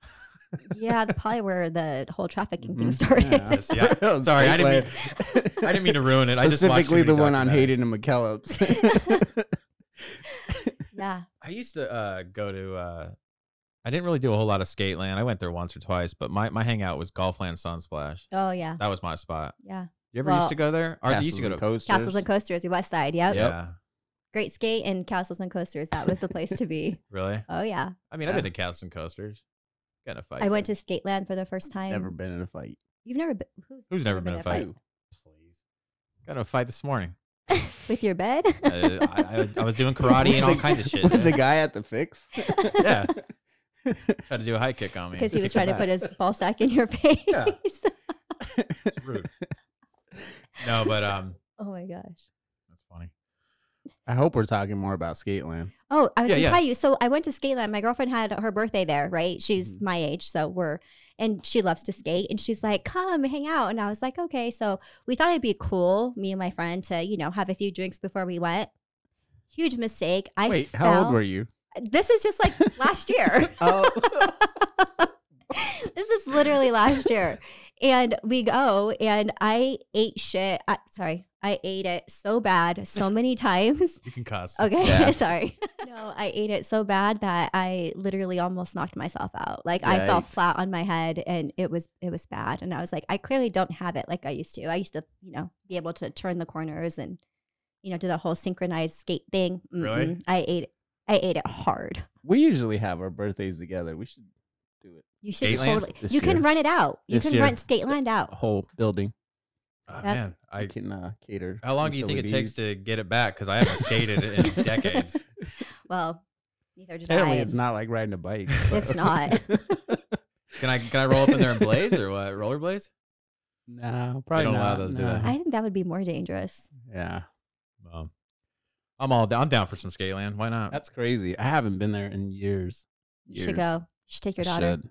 [SPEAKER 3] Yeah. That's probably where the whole trafficking thing
[SPEAKER 2] Mhm.
[SPEAKER 3] started.
[SPEAKER 2] Yeah.
[SPEAKER 1] Yeah. Sorry, I didn't I didn't mean to ruin it. I just watched too
[SPEAKER 2] Specifically the
[SPEAKER 1] many
[SPEAKER 2] one on
[SPEAKER 1] documentaries.
[SPEAKER 2] Hayden and McKellops.
[SPEAKER 3] yeah.
[SPEAKER 1] I used to uh, go to. Uh, I didn't really do a whole lot of skate land. I went there once or twice, but my, my hangout was Golfland Sunsplash.
[SPEAKER 3] Oh, yeah.
[SPEAKER 1] That was my spot.
[SPEAKER 3] Yeah.
[SPEAKER 1] You ever used to go there? Or you used to go to
[SPEAKER 2] coasters.
[SPEAKER 3] Castles and Coasters, the West Side. Yep.
[SPEAKER 1] Yeah,
[SPEAKER 3] Great skate and Castles and Coasters. That was the place to be.
[SPEAKER 1] really.
[SPEAKER 3] Oh, yeah.
[SPEAKER 1] I mean, I've been to Castles and Coasters. Got in a fight.
[SPEAKER 3] I went to Skateland for the first time.
[SPEAKER 2] Never been in a fight.
[SPEAKER 3] You've never been. Who's,
[SPEAKER 1] Who's never been in a fight? Please. Got in a fight this morning.
[SPEAKER 3] With your bed?
[SPEAKER 1] Uh, I, I, I was doing karate and all kinds of shit.
[SPEAKER 2] With the
[SPEAKER 1] yeah.
[SPEAKER 2] guy at the fix.
[SPEAKER 1] Yeah. Tried to do a high kick on me.
[SPEAKER 3] Because he was
[SPEAKER 2] your
[SPEAKER 3] trying to put his ball sack in your face.
[SPEAKER 1] Yeah. It's rude. No, but um,
[SPEAKER 3] oh my gosh.
[SPEAKER 1] that's funny.
[SPEAKER 2] I hope we're talking more about Skateland.
[SPEAKER 3] Oh, I was
[SPEAKER 1] Yeah,
[SPEAKER 3] gonna
[SPEAKER 1] yeah.
[SPEAKER 3] tell you. So I went to Skateland. My girlfriend had her birthday there, right? She's
[SPEAKER 1] Mm-hmm.
[SPEAKER 3] my age, so we're and she loves to skate. And she's like, "Come hang out." And I was like, "Okay." So we thought it'd be cool, me and my friend, to you know have a few drinks before we went. Huge mistake. I
[SPEAKER 2] Wait,
[SPEAKER 3] fell.
[SPEAKER 2] how old were you?
[SPEAKER 3] This is just like last year.
[SPEAKER 2] Oh,
[SPEAKER 3] this is literally last year. And we go, and I ate shit. I, sorry, I ate it so bad, so many times.
[SPEAKER 1] You can cuss. It's
[SPEAKER 3] Okay,
[SPEAKER 1] fine.
[SPEAKER 3] sorry. No, I ate it so bad that I literally almost knocked myself out. Like I fell
[SPEAKER 2] Yikes.
[SPEAKER 3] flat on my head, and it was it was bad. And I was like, I clearly don't have it like I used to. I used to, you know, be able to turn the corners and, you know, do the whole synchronized skate thing.
[SPEAKER 1] Really?
[SPEAKER 3] Mm-mm. I ate I ate it hard.
[SPEAKER 2] we usually have our birthdays together. We should do it.
[SPEAKER 3] You should
[SPEAKER 1] Skateland?
[SPEAKER 3] totally.
[SPEAKER 2] This
[SPEAKER 3] you can
[SPEAKER 2] year.
[SPEAKER 3] rent it out. You
[SPEAKER 2] This
[SPEAKER 3] can
[SPEAKER 2] year.
[SPEAKER 3] rent Skateland
[SPEAKER 2] A
[SPEAKER 3] out.
[SPEAKER 2] whole building.
[SPEAKER 1] Oh, man,
[SPEAKER 2] I
[SPEAKER 1] I.
[SPEAKER 2] can uh, cater.
[SPEAKER 1] How long do you think it takes to get it back? Because I haven't skated in decades.
[SPEAKER 3] Well, neither did
[SPEAKER 2] Apparently,
[SPEAKER 3] I.
[SPEAKER 2] it's not like riding a bike.
[SPEAKER 3] It's not.
[SPEAKER 1] Can I can I roll up in there in blades or what? Rollerblades?
[SPEAKER 2] no, probably
[SPEAKER 1] don't allow
[SPEAKER 2] not,
[SPEAKER 1] those, do
[SPEAKER 2] no.
[SPEAKER 1] they?
[SPEAKER 3] I think that would be more dangerous.
[SPEAKER 2] Yeah,
[SPEAKER 1] Um, I'm all down. I'm down for some Skateland. Why not?
[SPEAKER 2] that's crazy. I haven't been there in years.
[SPEAKER 3] You
[SPEAKER 2] years.
[SPEAKER 3] should go. You should take your
[SPEAKER 2] I
[SPEAKER 3] daughter.
[SPEAKER 2] should.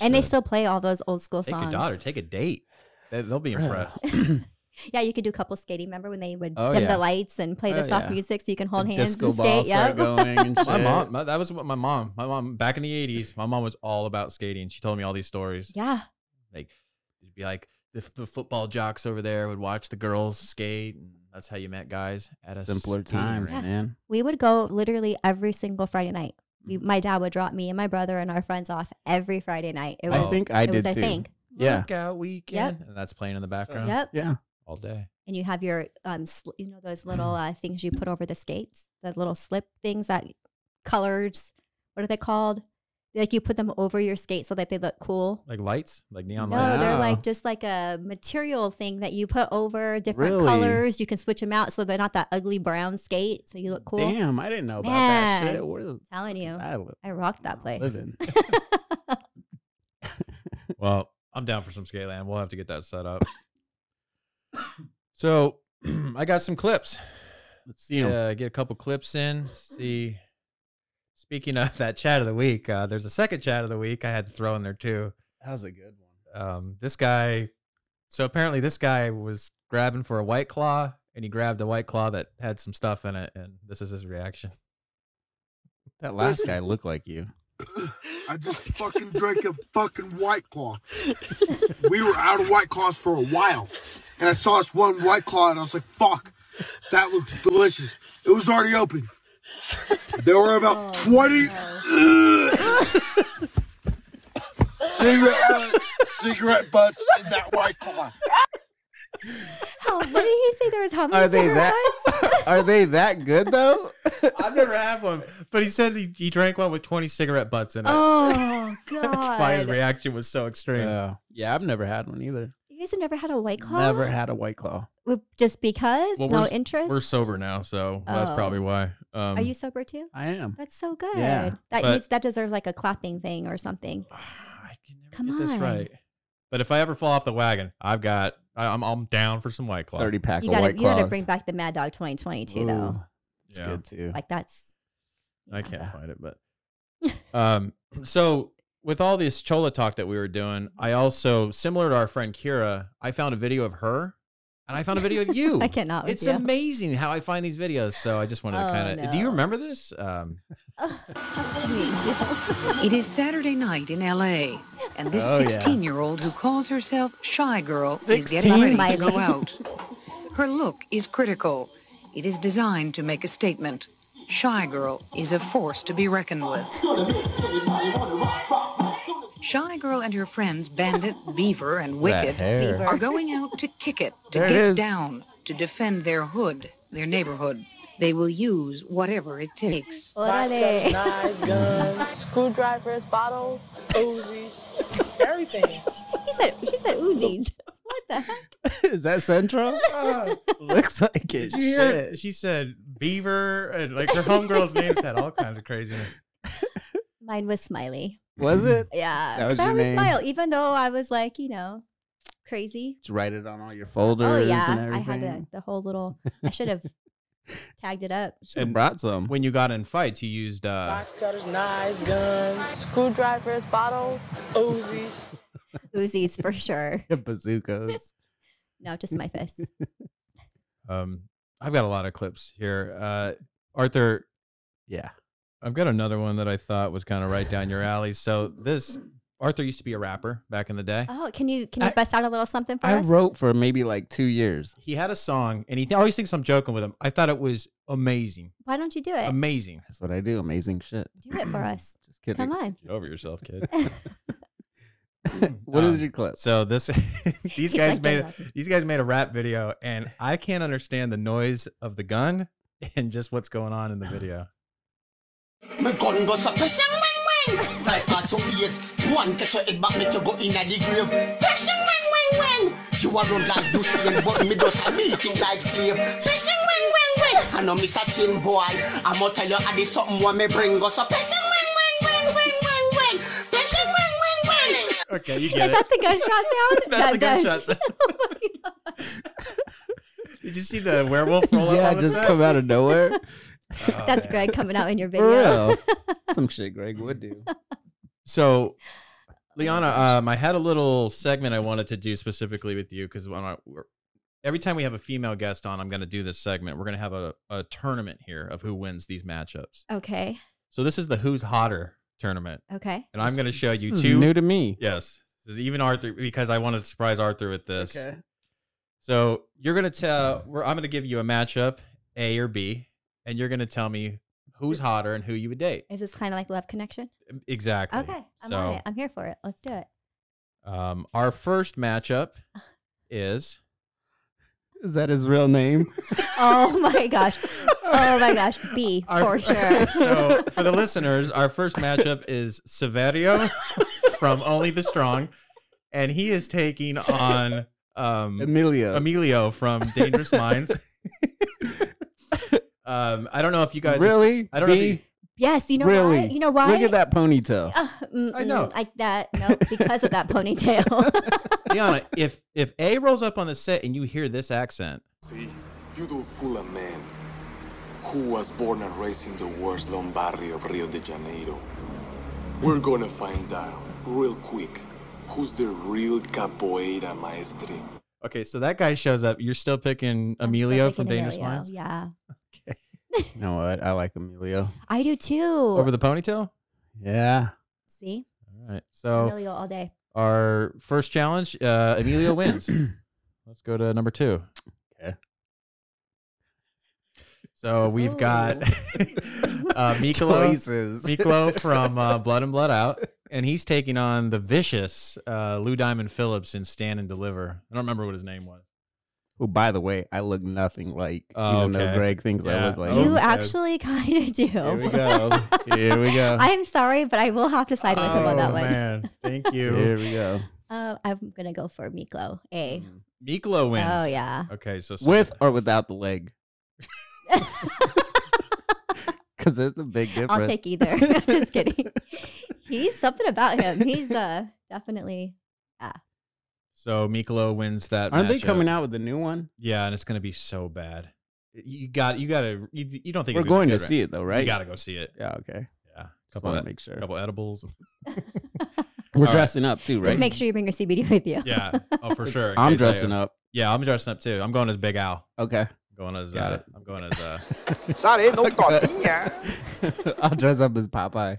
[SPEAKER 2] I
[SPEAKER 3] And they
[SPEAKER 2] should.
[SPEAKER 3] still play all those old school
[SPEAKER 1] take
[SPEAKER 3] songs.
[SPEAKER 1] your daughter. Take a date. They, will be
[SPEAKER 2] Really?
[SPEAKER 1] impressed.
[SPEAKER 3] yeah, you could do couple skating. Remember when they would
[SPEAKER 2] Oh,
[SPEAKER 3] dim
[SPEAKER 2] yeah.
[SPEAKER 3] the lights and play the
[SPEAKER 2] Oh,
[SPEAKER 3] soft
[SPEAKER 2] yeah.
[SPEAKER 3] music so you can hold
[SPEAKER 2] The
[SPEAKER 3] hands
[SPEAKER 2] disco
[SPEAKER 3] and
[SPEAKER 2] ball
[SPEAKER 3] skate?
[SPEAKER 2] start
[SPEAKER 3] Yep.
[SPEAKER 2] going and shit.
[SPEAKER 1] My mom. My, that was what my mom. My mom back in the '80s. My mom was all about skating. She told me all these stories.
[SPEAKER 3] yeah.
[SPEAKER 1] Like it'd be like the, the football jocks over there would watch the girls skate, and that's how you met guys at a
[SPEAKER 2] simpler
[SPEAKER 1] skating
[SPEAKER 2] times,
[SPEAKER 1] rink.
[SPEAKER 2] man.
[SPEAKER 3] We would go literally every single Friday night.
[SPEAKER 2] Mm.
[SPEAKER 3] We, my dad would drop me and my brother and our friends off every Friday night. It
[SPEAKER 1] I
[SPEAKER 3] was,
[SPEAKER 2] Oh, I think I
[SPEAKER 3] it
[SPEAKER 2] did
[SPEAKER 3] was
[SPEAKER 2] too.
[SPEAKER 3] our thing.
[SPEAKER 2] Yeah.
[SPEAKER 1] Lookout weekend, and that's playing in the background
[SPEAKER 3] Yep.
[SPEAKER 2] Yeah,
[SPEAKER 1] all day.
[SPEAKER 3] and you have your um sl- you know those little uh, things you put over the skates the little slip things that colors what are they called like you put them over your skate so that they look cool
[SPEAKER 1] Like lights, like neon
[SPEAKER 3] no
[SPEAKER 1] lights.
[SPEAKER 3] they're
[SPEAKER 2] Wow.
[SPEAKER 3] like just like a material thing that you put over different
[SPEAKER 2] Really?
[SPEAKER 3] colors you can switch them out so they're not that ugly brown skate so you look cool
[SPEAKER 2] damn, I didn't know about that shit.
[SPEAKER 3] Man.
[SPEAKER 2] Where the
[SPEAKER 3] telling you
[SPEAKER 2] I live?
[SPEAKER 3] i rocked that place
[SPEAKER 2] Living.
[SPEAKER 1] Well, I'm down for some Skateland. We'll have to get that set up. so I got some clips.
[SPEAKER 2] Let's see 'em.
[SPEAKER 1] Uh, get a couple clips in. See. Speaking of that chat of the week, uh, there's a second chat of the week I had to throw in there too.
[SPEAKER 2] That was a good one.
[SPEAKER 1] Um, this guy, so apparently this guy was grabbing for a white claw
[SPEAKER 5] and he grabbed a white claw that had some stuff in it, and this is his reaction.
[SPEAKER 2] That last guy looked like you.
[SPEAKER 6] I just fucking drank a fucking White Claw. We were out of White Claws for a while. And I saw this one White Claw and I was like, fuck, that looked delicious. It was already open. There were about 20. cigarette, cigarette butts in that White Claw.
[SPEAKER 3] How, Oh, what did he say? There was how many
[SPEAKER 2] Are they that?
[SPEAKER 3] cigarettes?
[SPEAKER 2] Are they that good though?
[SPEAKER 5] I've never had one, but he said he, he drank one with 20 cigarette butts in it.
[SPEAKER 3] Oh god!
[SPEAKER 5] That's why his reaction was so extreme.
[SPEAKER 2] Uh, yeah, I've never had one either.
[SPEAKER 3] you guys have never had a white claw.
[SPEAKER 2] Never had a white claw.
[SPEAKER 3] W- Just because?
[SPEAKER 1] Well,
[SPEAKER 3] no
[SPEAKER 1] we're-
[SPEAKER 3] interest.
[SPEAKER 1] We're sober now, so that's
[SPEAKER 3] Oh.
[SPEAKER 1] probably why. Um,
[SPEAKER 3] Are you sober too?
[SPEAKER 2] I am.
[SPEAKER 3] That's so good.
[SPEAKER 2] Yeah,
[SPEAKER 3] that
[SPEAKER 1] but-
[SPEAKER 3] needs that deserves like a clapping thing or something.
[SPEAKER 5] I can never
[SPEAKER 3] Come
[SPEAKER 5] get this
[SPEAKER 3] on.
[SPEAKER 5] right. But if I ever fall off the wagon, I've got I, I'm I'm down for some white claw.
[SPEAKER 2] Thirty pack
[SPEAKER 3] You
[SPEAKER 2] of
[SPEAKER 3] gotta
[SPEAKER 2] white
[SPEAKER 3] you
[SPEAKER 2] claws.
[SPEAKER 3] gotta bring back the Mad Dog 2022 though.
[SPEAKER 2] Ooh, It's
[SPEAKER 1] Yeah.
[SPEAKER 2] good too.
[SPEAKER 3] Like that's
[SPEAKER 1] I
[SPEAKER 3] yeah.
[SPEAKER 1] can't find it, but um, so with all this chola talk that we were doing, I also similar to our friend Kira, I found a video of her, and I found a video of you.
[SPEAKER 3] I cannot. with
[SPEAKER 5] It's
[SPEAKER 3] you.
[SPEAKER 5] amazing how I find these videos. So I just wanted to
[SPEAKER 3] Oh,
[SPEAKER 5] kind of. Do you
[SPEAKER 3] no.
[SPEAKER 5] remember this? Um,
[SPEAKER 8] It is Saturday night in LA, and this
[SPEAKER 2] Oh, yeah.
[SPEAKER 8] 16 year old who calls herself Shy Girl is
[SPEAKER 2] 16?
[SPEAKER 8] getting ready to go
[SPEAKER 3] Smiley.
[SPEAKER 8] out. Her look is critical. It is designed to make a statement. Shy Girl is a force to be reckoned with. Shy Girl and her friends Bandit, Beaver, and
[SPEAKER 2] That
[SPEAKER 8] Wicked
[SPEAKER 2] hair.
[SPEAKER 3] Beaver.
[SPEAKER 8] are going out to kick it, to
[SPEAKER 2] There it
[SPEAKER 8] get
[SPEAKER 2] is.
[SPEAKER 8] down, to defend their hood, their neighborhood. They will use whatever it takes.
[SPEAKER 3] Órale.
[SPEAKER 9] knives, guns, screwdrivers, bottles, Uzis, everything.
[SPEAKER 3] He said she said Uzis. What the heck?
[SPEAKER 2] Is that Central? Looks like it.
[SPEAKER 5] did you hear?
[SPEAKER 2] Shit.
[SPEAKER 5] She said Beaver and like her homegirls' names had all kinds of craziness.
[SPEAKER 3] Mine was Smiley.
[SPEAKER 2] Was it?
[SPEAKER 3] Yeah.
[SPEAKER 2] That was
[SPEAKER 3] 'cause I
[SPEAKER 2] your
[SPEAKER 3] always
[SPEAKER 2] name.
[SPEAKER 3] smile, even though I was like, you know, crazy.
[SPEAKER 2] Just write it on all your folders
[SPEAKER 3] oh
[SPEAKER 2] and
[SPEAKER 3] yeah. I
[SPEAKER 2] everything.
[SPEAKER 3] had the, the whole little I should have tagged it up.
[SPEAKER 2] Should've
[SPEAKER 5] And
[SPEAKER 2] brought some.
[SPEAKER 5] When you got in fights, you used uh,
[SPEAKER 9] Box cutters, knives, guns, screwdrivers, bottles, Uzis.
[SPEAKER 3] Uzis for sure.
[SPEAKER 2] bazookas.
[SPEAKER 3] No, just my fist.
[SPEAKER 1] um, I've got a lot of clips here. Uh, Arthur,
[SPEAKER 2] Yeah.
[SPEAKER 1] I've got another one that I thought was kind of right down your alley. So this Arthur used to be a rapper back in the day.
[SPEAKER 3] Oh, can you can you
[SPEAKER 2] I-
[SPEAKER 3] bust out a little something for
[SPEAKER 2] I
[SPEAKER 3] us?
[SPEAKER 2] wrote for maybe like two years.
[SPEAKER 1] He had a song, and he th- always thinks I'm joking with him. I thought it was amazing,
[SPEAKER 3] Why don't you do it?
[SPEAKER 1] amazing.
[SPEAKER 2] That's what I do. Amazing shit.
[SPEAKER 3] do it for us.
[SPEAKER 2] Just kidding.
[SPEAKER 3] Come on.
[SPEAKER 1] Get over yourself, kid.
[SPEAKER 2] What is
[SPEAKER 1] Oh.
[SPEAKER 5] Um,
[SPEAKER 2] your clip?
[SPEAKER 1] So this these
[SPEAKER 3] He's
[SPEAKER 1] guys
[SPEAKER 3] like,
[SPEAKER 1] made
[SPEAKER 3] "Don't love me."
[SPEAKER 1] these guys made a rap video, and I can't understand the noise of the gun and just what's going on in the video.
[SPEAKER 10] My gun goes up, fresh and wing wing. Right past your ears, one kiss your head back, make you go in at the grave. Fresh and wing wing wing. You are run like you same, but me does a beat it like slave. Fresh and wing wing wing. I know Mr. Chin boy, I'ma tell you I did something what me bring us up. Fresh and wing wing wing wing wing wing. Fresh and wing wing wing.
[SPEAKER 1] Okay, you
[SPEAKER 3] Is
[SPEAKER 1] get it.
[SPEAKER 3] that the gunshot sound?
[SPEAKER 1] That's the
[SPEAKER 3] That- that-
[SPEAKER 1] gunshots.
[SPEAKER 3] Oh my God.
[SPEAKER 1] Did you see the werewolf roll up?
[SPEAKER 2] yeah,
[SPEAKER 1] all of a
[SPEAKER 2] just
[SPEAKER 1] sudden?
[SPEAKER 2] come out of nowhere.
[SPEAKER 1] Oh,
[SPEAKER 3] That's
[SPEAKER 1] man.
[SPEAKER 3] Greg coming out in your
[SPEAKER 2] For
[SPEAKER 3] video.
[SPEAKER 2] real. Some shit Greg would do.
[SPEAKER 1] So, Liana, um, I had a little segment I wanted to do specifically with you because every time we have a female guest on, I'm going to do this segment. We're going to have a, a tournament here of who wins these matchups.
[SPEAKER 3] okay.
[SPEAKER 1] So this is the Who's Hotter tournament,
[SPEAKER 3] Okay.
[SPEAKER 1] and I'm going to show you
[SPEAKER 2] This is
[SPEAKER 1] two.
[SPEAKER 2] new to me.
[SPEAKER 1] yes, This is even Arthur because I wanted to surprise Arthur with this.
[SPEAKER 2] Okay.
[SPEAKER 1] So you're going to tell. We're, I'm going to give you a matchup, A or B, and you're going to tell me who's hotter and who you would date.
[SPEAKER 3] Is this kind of like love connection?
[SPEAKER 1] Exactly.
[SPEAKER 3] Okay. I'm on it. I'm here for it. Let's do it.
[SPEAKER 1] Um, our first matchup is
[SPEAKER 2] Is that his real name?
[SPEAKER 3] Oh my gosh. Oh my gosh. B
[SPEAKER 1] our,
[SPEAKER 3] for sure.
[SPEAKER 1] so for the listeners, our first matchup is Severio from Only the Strong, and he is taking on um,
[SPEAKER 2] Emilio.
[SPEAKER 1] Emilio from Dangerous Minds. um, I don't know if you guys are-
[SPEAKER 2] really?
[SPEAKER 1] I don't know if
[SPEAKER 2] B?
[SPEAKER 1] you-
[SPEAKER 3] Yes. You know
[SPEAKER 2] really?
[SPEAKER 3] why? You know why?
[SPEAKER 2] Look at that ponytail.
[SPEAKER 3] Uh, mm,
[SPEAKER 1] I know.
[SPEAKER 3] mm, Like that. No, because of that ponytail.
[SPEAKER 1] Liana, if if A rolls up on the set and you hear this accent,
[SPEAKER 10] You do fool a man who was born and raised in the worst slum barrio of Rio de Janeiro. We're gonna find out real quick who's the real capoeira maestre.
[SPEAKER 1] Okay, so that guy shows up. You're still picking Emilio from
[SPEAKER 3] Picking
[SPEAKER 1] Dangerous
[SPEAKER 3] Emilio,
[SPEAKER 1] Minds
[SPEAKER 3] Yeah,
[SPEAKER 2] You know what? I like Emilio.
[SPEAKER 3] I do too.
[SPEAKER 1] over the ponytail.
[SPEAKER 2] Yeah.
[SPEAKER 3] See,
[SPEAKER 1] All right,
[SPEAKER 2] Oh.
[SPEAKER 1] so
[SPEAKER 3] Emilio all day.
[SPEAKER 1] our first challenge, uh, Emilio wins. Let's go to number two.
[SPEAKER 2] Okay.
[SPEAKER 1] So we've got
[SPEAKER 3] Oh.
[SPEAKER 1] uh, Mikolo,
[SPEAKER 2] Choices.
[SPEAKER 1] Miklo from uh, Blood and Blood Out, and he's taking on the vicious uh, Lou Diamond Phillips in Stand and Deliver. I don't remember what his name was.
[SPEAKER 2] Who, by the way, I look nothing like.
[SPEAKER 1] Oh,
[SPEAKER 2] even though
[SPEAKER 1] okay.
[SPEAKER 2] Greg thinks I
[SPEAKER 1] Yeah.
[SPEAKER 2] look like.
[SPEAKER 1] Oh,
[SPEAKER 3] you
[SPEAKER 2] him.
[SPEAKER 1] okay.
[SPEAKER 3] actually kind of do.
[SPEAKER 2] Here we go. Here we go. Oh,
[SPEAKER 3] I'm sorry, but I will have to side with him on that one.
[SPEAKER 1] Oh, man, thank you.
[SPEAKER 2] Here we go.
[SPEAKER 3] Uh, I'm gonna go for Miklo. A.
[SPEAKER 1] Miklo wins.
[SPEAKER 3] Oh yeah.
[SPEAKER 1] Okay, so
[SPEAKER 2] With or without the leg? Because it's a big difference.
[SPEAKER 3] I'll take either. Just kidding. He's something about him. He's uh definitely.
[SPEAKER 1] so Miklo wins that.
[SPEAKER 2] Aren't they
[SPEAKER 1] matchup.
[SPEAKER 2] coming out with a new one?
[SPEAKER 1] Yeah, and it's gonna be so bad. You got you got to you, you don't think
[SPEAKER 2] We're
[SPEAKER 1] it's gonna
[SPEAKER 2] going
[SPEAKER 1] be
[SPEAKER 2] to
[SPEAKER 1] good, right?
[SPEAKER 2] see it though, right?
[SPEAKER 1] You got to go see it.
[SPEAKER 2] Yeah. Okay.
[SPEAKER 1] Yeah,
[SPEAKER 2] Just
[SPEAKER 1] couple
[SPEAKER 2] want to
[SPEAKER 1] of,
[SPEAKER 2] make sure.
[SPEAKER 1] couple edibles.
[SPEAKER 2] We're
[SPEAKER 1] All right.
[SPEAKER 2] dressing up too, right?
[SPEAKER 3] Just make sure you bring your CBD with you.
[SPEAKER 1] Yeah, oh for sure. in
[SPEAKER 2] I'm
[SPEAKER 1] case I-
[SPEAKER 2] dressing up.
[SPEAKER 1] Yeah, I'm dressing up too. I'm going as Big Al.
[SPEAKER 2] Okay.
[SPEAKER 1] Going as
[SPEAKER 2] Got
[SPEAKER 1] uh,
[SPEAKER 2] it.
[SPEAKER 1] I'm going as uh,
[SPEAKER 6] Sorry, no
[SPEAKER 2] I'll dress up as Popeye.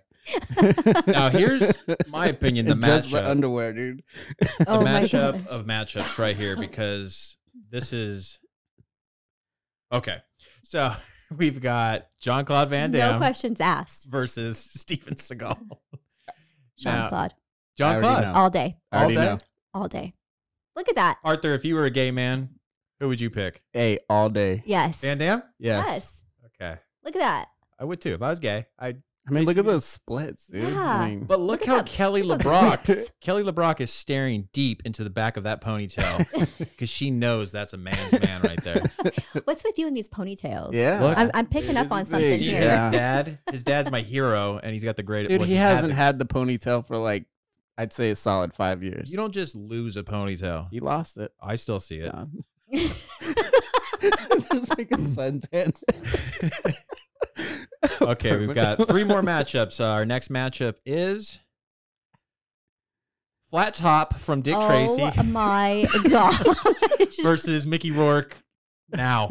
[SPEAKER 1] Now, here's my opinion, the
[SPEAKER 2] just the
[SPEAKER 1] matchup.
[SPEAKER 2] underwear, dude.
[SPEAKER 1] the
[SPEAKER 3] Oh my
[SPEAKER 1] matchup
[SPEAKER 3] gosh.
[SPEAKER 1] of matchups right here because this is okay. So we've got John Claude Van
[SPEAKER 3] no
[SPEAKER 1] Damme
[SPEAKER 3] questions asked.
[SPEAKER 1] versus Steven Seagal.
[SPEAKER 3] Jean Claude.
[SPEAKER 1] John
[SPEAKER 2] I already
[SPEAKER 1] Claude,
[SPEAKER 2] know.
[SPEAKER 3] All day.
[SPEAKER 2] I
[SPEAKER 1] all
[SPEAKER 2] already
[SPEAKER 1] day.
[SPEAKER 2] know.
[SPEAKER 3] All day. Look at that.
[SPEAKER 1] Arthur, if you were a gay man, who would you pick?
[SPEAKER 2] Hey, all day.
[SPEAKER 3] Yes.
[SPEAKER 1] Van Damme?
[SPEAKER 2] Yes.
[SPEAKER 3] Yes.
[SPEAKER 1] Okay.
[SPEAKER 3] Look at that.
[SPEAKER 1] I would too. If I was gay, I'd
[SPEAKER 2] I mean, look at
[SPEAKER 1] Basically-
[SPEAKER 2] those splits, dude.
[SPEAKER 3] Yeah.
[SPEAKER 2] I mean,
[SPEAKER 1] But look,
[SPEAKER 3] Look at
[SPEAKER 1] how
[SPEAKER 3] how-
[SPEAKER 1] Kelly
[SPEAKER 3] look at those
[SPEAKER 1] LeBrock
[SPEAKER 3] lips.
[SPEAKER 1] Kelly LeBrock is staring deep into the back of that ponytail because she knows that's a man's man right there.
[SPEAKER 3] What's with you in these ponytails?
[SPEAKER 2] yeah.
[SPEAKER 1] Look.
[SPEAKER 3] I'm, I'm picking up on
[SPEAKER 2] Big,
[SPEAKER 3] something
[SPEAKER 1] See,
[SPEAKER 3] here.
[SPEAKER 2] Yeah.
[SPEAKER 1] His dad, his dad's my hero, and he's got the great.
[SPEAKER 2] dude,
[SPEAKER 1] well,
[SPEAKER 2] he, hasn't
[SPEAKER 1] had
[SPEAKER 2] had the ponytail for like, I'd say a solid five
[SPEAKER 1] it.
[SPEAKER 2] years.
[SPEAKER 1] You don't just lose a ponytail.
[SPEAKER 2] he lost it.
[SPEAKER 1] I still see it.
[SPEAKER 2] Yeah. There's like a suntan.
[SPEAKER 1] Okay, we've got three more matchups. Uh, our next matchup is Flat Top from Dick
[SPEAKER 3] oh
[SPEAKER 1] Tracy
[SPEAKER 3] my gosh.
[SPEAKER 1] versus Mickey Rourke. Now,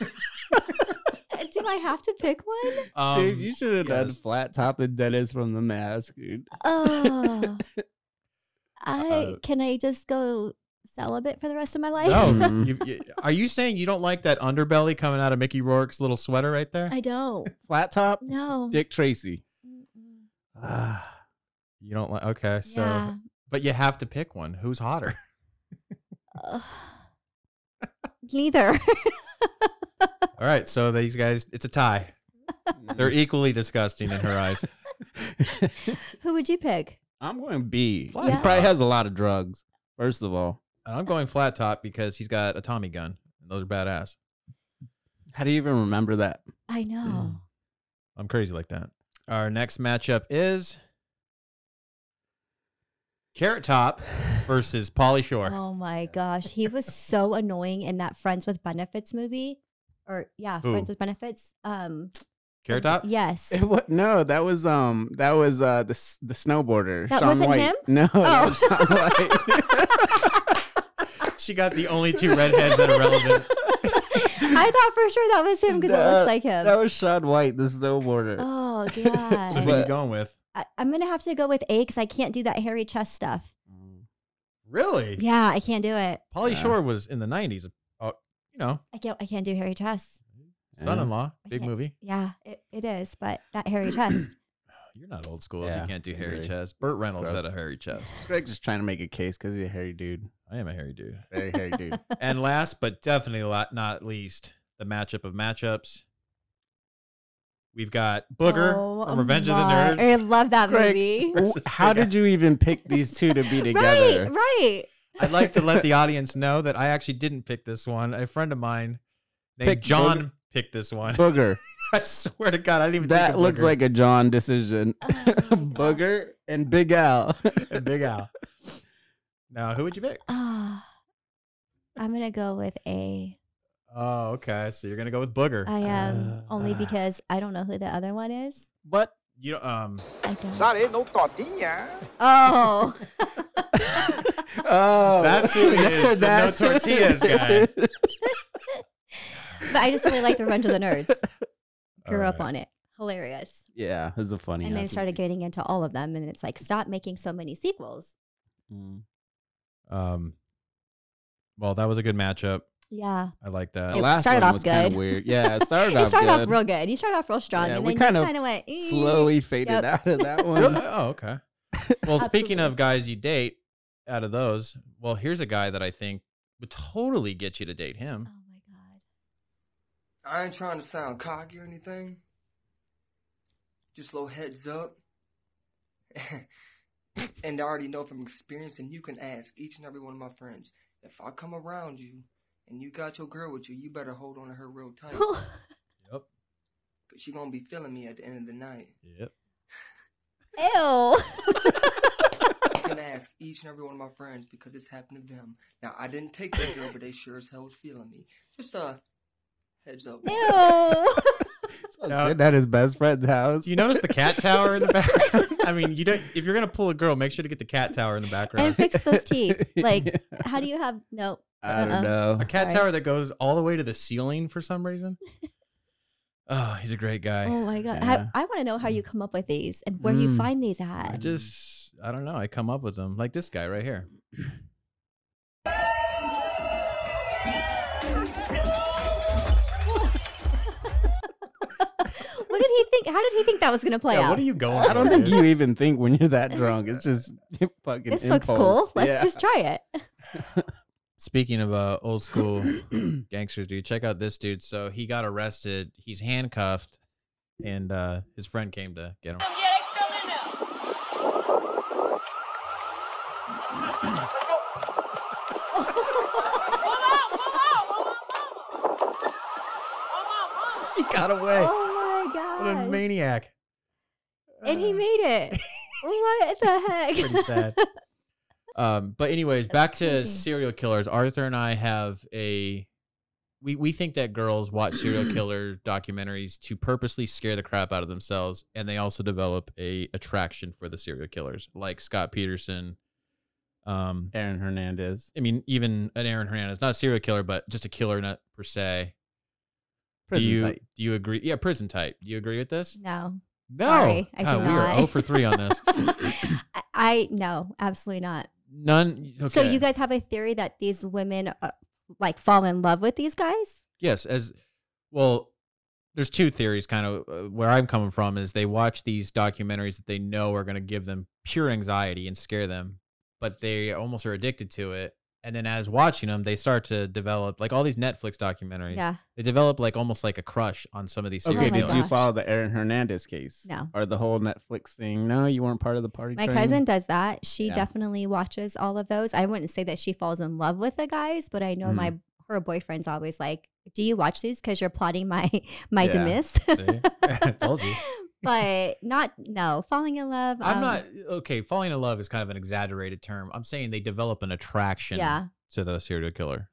[SPEAKER 3] Do I have to pick one?
[SPEAKER 1] um,
[SPEAKER 2] Dude, you should have done
[SPEAKER 1] yes.
[SPEAKER 2] flat top and Dennis from the mask, dude.
[SPEAKER 3] Oh. I
[SPEAKER 1] Uh,
[SPEAKER 3] can I just go celibate for the rest of my life?
[SPEAKER 1] No,
[SPEAKER 2] Mhm.
[SPEAKER 1] you, you- are you saying you don't like that underbelly coming out of Mickey Rourke's little sweater right there?
[SPEAKER 3] I don't.
[SPEAKER 2] Flat top,
[SPEAKER 3] No. Mm,
[SPEAKER 2] Dick Tracy.
[SPEAKER 3] Mm-mm.
[SPEAKER 2] Ah,
[SPEAKER 1] you don't like? Okay, so
[SPEAKER 3] Yeah.
[SPEAKER 1] but you have to pick one. Who's hotter?
[SPEAKER 3] Ugh. Neither.
[SPEAKER 1] All right, so these guys, it's a tie. They're equally disgusting in her eyes.
[SPEAKER 3] Who would you pick?
[SPEAKER 2] I'm going B.
[SPEAKER 1] Flat
[SPEAKER 2] He
[SPEAKER 3] top.
[SPEAKER 2] probably has a lot of drugs. First of all,
[SPEAKER 1] And I'm going flat top because he's got a Tommy gun. And those are badass.
[SPEAKER 2] how do you even remember that?
[SPEAKER 3] I
[SPEAKER 1] Mm,
[SPEAKER 3] know.
[SPEAKER 1] I'm crazy like that. Our next matchup is Carrot Top versus Polly Shore.
[SPEAKER 3] Oh my gosh, he was so annoying in that Friends with Benefits movie, or yeah,
[SPEAKER 1] Who?
[SPEAKER 3] Friends with Benefits. Um,
[SPEAKER 1] Carrot Top?
[SPEAKER 3] yes,
[SPEAKER 2] It wa- no, that was um, that was uh, the s- the snowboarder.
[SPEAKER 3] That
[SPEAKER 2] Shaun
[SPEAKER 3] wasn't
[SPEAKER 2] White.
[SPEAKER 3] him?
[SPEAKER 2] No, that
[SPEAKER 3] Oh.
[SPEAKER 2] was Shaun White.
[SPEAKER 1] She got the only two redheads that are relevant.
[SPEAKER 3] I thought for sure that was him because it
[SPEAKER 2] That-
[SPEAKER 3] looks like him.
[SPEAKER 2] that was Shaun White, the snowboarder.
[SPEAKER 3] oh
[SPEAKER 1] So
[SPEAKER 3] god,
[SPEAKER 1] who you going with?
[SPEAKER 3] I, I'm gonna have to go with A because I can't do that hairy chest stuff.
[SPEAKER 1] Really?
[SPEAKER 3] Yeah, I can't do it.
[SPEAKER 1] Polly
[SPEAKER 2] Yeah.
[SPEAKER 1] Shore was in the 90s. Uh, you know,
[SPEAKER 3] I can't. I can't do hairy chest.
[SPEAKER 2] Yeah.
[SPEAKER 1] son in law, big
[SPEAKER 3] Yeah.
[SPEAKER 1] movie.
[SPEAKER 3] Yeah, it, it is, but that hairy chest.
[SPEAKER 1] Oh, You're not old school if
[SPEAKER 2] Yeah,
[SPEAKER 1] you can't do
[SPEAKER 2] I
[SPEAKER 1] hairy
[SPEAKER 2] agree.
[SPEAKER 1] chest. Burt Reynolds
[SPEAKER 2] gross.
[SPEAKER 1] had a hairy chest.
[SPEAKER 2] Greg's just trying to make a case because he's a hairy dude.
[SPEAKER 1] I am a hairy dude.
[SPEAKER 2] Very hairy dude.
[SPEAKER 1] and last but definitely la- not least, the matchup of matchups. We've got Booger
[SPEAKER 3] Oh
[SPEAKER 1] from Revenge
[SPEAKER 3] my-
[SPEAKER 1] of the Nerds.
[SPEAKER 3] I love that
[SPEAKER 2] Greg,
[SPEAKER 3] movie.
[SPEAKER 2] W-
[SPEAKER 1] Versus
[SPEAKER 2] How
[SPEAKER 1] Big
[SPEAKER 2] did you even pick these two to be together?
[SPEAKER 3] Right, right.
[SPEAKER 1] I'd like to let the audience know that I actually didn't pick this one. A friend of mine named
[SPEAKER 2] Picked
[SPEAKER 1] John picked this one.
[SPEAKER 2] Booger.
[SPEAKER 1] I swear to God, I didn't even think
[SPEAKER 2] That
[SPEAKER 1] of
[SPEAKER 2] looks
[SPEAKER 1] Booger.
[SPEAKER 2] like a John decision.
[SPEAKER 3] Oh my gosh.
[SPEAKER 2] Booger and Big Al.
[SPEAKER 1] a Big Al. Now, who would you pick?
[SPEAKER 3] Ah, I'm gonna go with A.
[SPEAKER 1] Oh, okay. So you're gonna go with Booger.
[SPEAKER 3] I
[SPEAKER 1] Uh,
[SPEAKER 3] am only
[SPEAKER 2] Ah.
[SPEAKER 3] because I don't know who the other one is.
[SPEAKER 2] But
[SPEAKER 1] you know, um,
[SPEAKER 3] I don't.
[SPEAKER 6] no tortinha.
[SPEAKER 3] Oh.
[SPEAKER 2] Oh,
[SPEAKER 1] That's who it is. The no
[SPEAKER 2] That's who it
[SPEAKER 1] tortillas guy.
[SPEAKER 2] is.
[SPEAKER 3] But I just really like the Revenge of the Nerds. Grew up
[SPEAKER 2] Alright.
[SPEAKER 3] on it. Hilarious.
[SPEAKER 2] Yeah, it was a funny.
[SPEAKER 3] and they
[SPEAKER 2] ass
[SPEAKER 3] started getting into all of them, and it's like, stop making so many sequels.
[SPEAKER 2] movie.
[SPEAKER 1] Um, well, that was a good matchup.
[SPEAKER 3] Yeah.
[SPEAKER 1] I like that.
[SPEAKER 3] It started off
[SPEAKER 2] kinda
[SPEAKER 3] good.
[SPEAKER 2] weird. Yeah, it started
[SPEAKER 3] It
[SPEAKER 2] off
[SPEAKER 3] started off
[SPEAKER 2] good.
[SPEAKER 3] real good. You started off real strong,
[SPEAKER 2] Yeah,
[SPEAKER 3] and
[SPEAKER 2] we
[SPEAKER 3] then
[SPEAKER 2] kind
[SPEAKER 3] you
[SPEAKER 2] of
[SPEAKER 3] kind of went "Eh."
[SPEAKER 2] Slowly faded
[SPEAKER 3] Yep.
[SPEAKER 2] out of that
[SPEAKER 1] Oh,
[SPEAKER 2] one.
[SPEAKER 1] oh, okay. Well, speaking of guys you date, out of those, well, here's a guy that I think would totally get you to date
[SPEAKER 3] Oh
[SPEAKER 1] him.
[SPEAKER 11] I ain't trying to sound cocky or anything. Just a little Oh, heads up. and I already know from experience, and you can ask each and every one of my friends if I come around you and you got your girl with you, you better hold on to her real tight.
[SPEAKER 1] yep.
[SPEAKER 11] Because she going to be feeling me at the end of the night.
[SPEAKER 3] Oh.
[SPEAKER 1] Yep.
[SPEAKER 3] Ew.
[SPEAKER 11] I'm gonna ask each and every one of my friends because it's happened to them. Now I didn't take that girl, but they sure as hell was feeling me. Just a uh, heads up.
[SPEAKER 2] Sitting at his best friend's house.
[SPEAKER 1] You notice the cat tower in the background? I mean, you don't. If you're gonna pull a girl, make sure to get the cat tower in the background.
[SPEAKER 3] and fix those teeth. Like, how do you have no?
[SPEAKER 2] I don't
[SPEAKER 3] uh-uh.
[SPEAKER 2] know.
[SPEAKER 1] A cat
[SPEAKER 3] Sorry.
[SPEAKER 1] tower that goes all the way to the ceiling for some reason. Oh, he's a great guy.
[SPEAKER 3] Oh my god!
[SPEAKER 1] Yeah.
[SPEAKER 3] I, I want to know how
[SPEAKER 2] Mm.
[SPEAKER 3] you come up with these and where you
[SPEAKER 1] Mm.
[SPEAKER 3] find these at.
[SPEAKER 1] I just, I don't know. I come up with them like this guy right here.
[SPEAKER 3] what did he think? How did he think that was going to play out?
[SPEAKER 1] going?
[SPEAKER 2] I don't think you even think when you're that drunk. It's just fucking.
[SPEAKER 3] This looks
[SPEAKER 2] impulse.
[SPEAKER 3] cool. Let's
[SPEAKER 2] Yeah.
[SPEAKER 3] just try it.
[SPEAKER 1] Speaking of uh, old school gangsters, dude, check out this dude. So he got arrested. He's handcuffed, and uh, his friend came to get him. He got away.
[SPEAKER 3] Oh my god!
[SPEAKER 1] What a maniac!
[SPEAKER 3] And he made it. what the heck?
[SPEAKER 1] Pretty sad. Um, but anyways, back to serial killers. Arthur and I have a we we think that girls watch serial killer documentaries to purposely scare the crap out of themselves, and they also develop a attraction for the serial killers, like Scott Peterson, um,
[SPEAKER 2] Aaron Hernandez.
[SPEAKER 1] I mean, even an Aaron Hernandez, not a serial killer, but just a killer not per se.
[SPEAKER 2] Prison
[SPEAKER 1] do you
[SPEAKER 2] type.
[SPEAKER 1] do you agree? Yeah, prison type. Do you agree with this?
[SPEAKER 3] No.
[SPEAKER 1] No,
[SPEAKER 3] Sorry, I do
[SPEAKER 1] God, we are
[SPEAKER 3] not.
[SPEAKER 1] zero for three on this.
[SPEAKER 3] I, I no, absolutely not.
[SPEAKER 1] None. Okay.
[SPEAKER 3] So you guys have a theory that these women uh, like fall in love with these guys?
[SPEAKER 1] Yes, as well. There's two theories, kind of uh, where I'm coming from is they watch these documentaries that they know are going to give them pure anxiety and scare them, but they almost are addicted to it. And then as watching them, they start to develop like all these Netflix documentaries.
[SPEAKER 3] Yeah.
[SPEAKER 1] they develop like almost like a crush on some of these serial
[SPEAKER 2] Okay,
[SPEAKER 3] Oh my
[SPEAKER 2] did you
[SPEAKER 3] gosh.
[SPEAKER 2] follow the Aaron Hernandez case?
[SPEAKER 3] No.
[SPEAKER 2] Or the whole Netflix thing? No, you weren't part of the party.
[SPEAKER 3] My
[SPEAKER 2] train?
[SPEAKER 3] cousin does that. She
[SPEAKER 2] Yeah.
[SPEAKER 3] definitely watches all of those. I wouldn't say that she falls in love with the guys, but I know
[SPEAKER 2] Mm.
[SPEAKER 3] my her boyfriend's always like, "Do you watch these? Because you're plotting my my
[SPEAKER 1] Yeah.
[SPEAKER 3] demise."
[SPEAKER 1] See? Told you.
[SPEAKER 3] but not no falling in love.
[SPEAKER 1] I'm
[SPEAKER 3] um,
[SPEAKER 1] not okay. Falling in love is kind of an exaggerated term. I'm saying they develop an attraction
[SPEAKER 3] Yeah.
[SPEAKER 1] to the serial killer.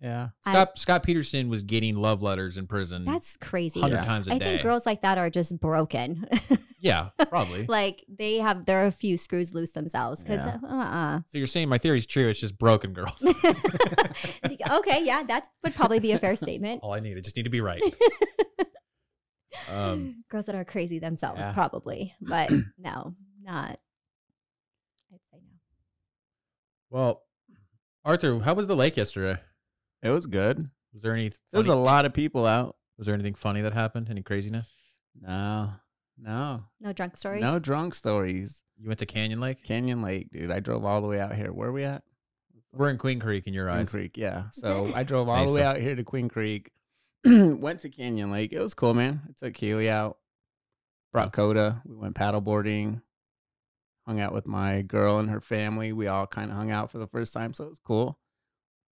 [SPEAKER 2] Yeah.
[SPEAKER 3] I-
[SPEAKER 1] Scott Scott Peterson was getting love letters in prison.
[SPEAKER 3] That's crazy.
[SPEAKER 1] 100 times Mm. a
[SPEAKER 3] I
[SPEAKER 1] day.
[SPEAKER 3] think girls like that are just broken.
[SPEAKER 1] yeah, probably.
[SPEAKER 3] like they have their few screws loose themselves because
[SPEAKER 1] Yeah.
[SPEAKER 3] uh,
[SPEAKER 1] So you're saying my theory's true? It's just broken girls.
[SPEAKER 3] uh okay, yeah, that would probably be a fair statement.
[SPEAKER 1] All I need, I just need to be right. um,
[SPEAKER 3] Girls that are crazy themselves,
[SPEAKER 1] Yeah.
[SPEAKER 3] probably, but no, not. I'd say no.
[SPEAKER 1] well, Arthur, how was the lake yesterday?
[SPEAKER 2] It was good.
[SPEAKER 1] Was there any?
[SPEAKER 2] There was a
[SPEAKER 1] funny-
[SPEAKER 2] lot of people out.
[SPEAKER 1] Was there anything funny that happened? Any craziness?
[SPEAKER 2] No. No.
[SPEAKER 3] No drunk stories.
[SPEAKER 2] No drunk stories.
[SPEAKER 1] You went to Canyon Lake.
[SPEAKER 2] Canyon Lake, dude. I drove all the way out here. Where are we at?
[SPEAKER 1] We're in Queen Creek in your
[SPEAKER 2] Queen
[SPEAKER 1] eyes.
[SPEAKER 2] Creek, yeah. So I drove all the
[SPEAKER 1] Mesa.
[SPEAKER 2] way out here to Queen Creek. went to Canyon Lake. It was cool, man. I took Keely out, brought Coda. We went paddleboarding, hung out with my girl and her family. We all kind of hung out for the first time, so it was cool.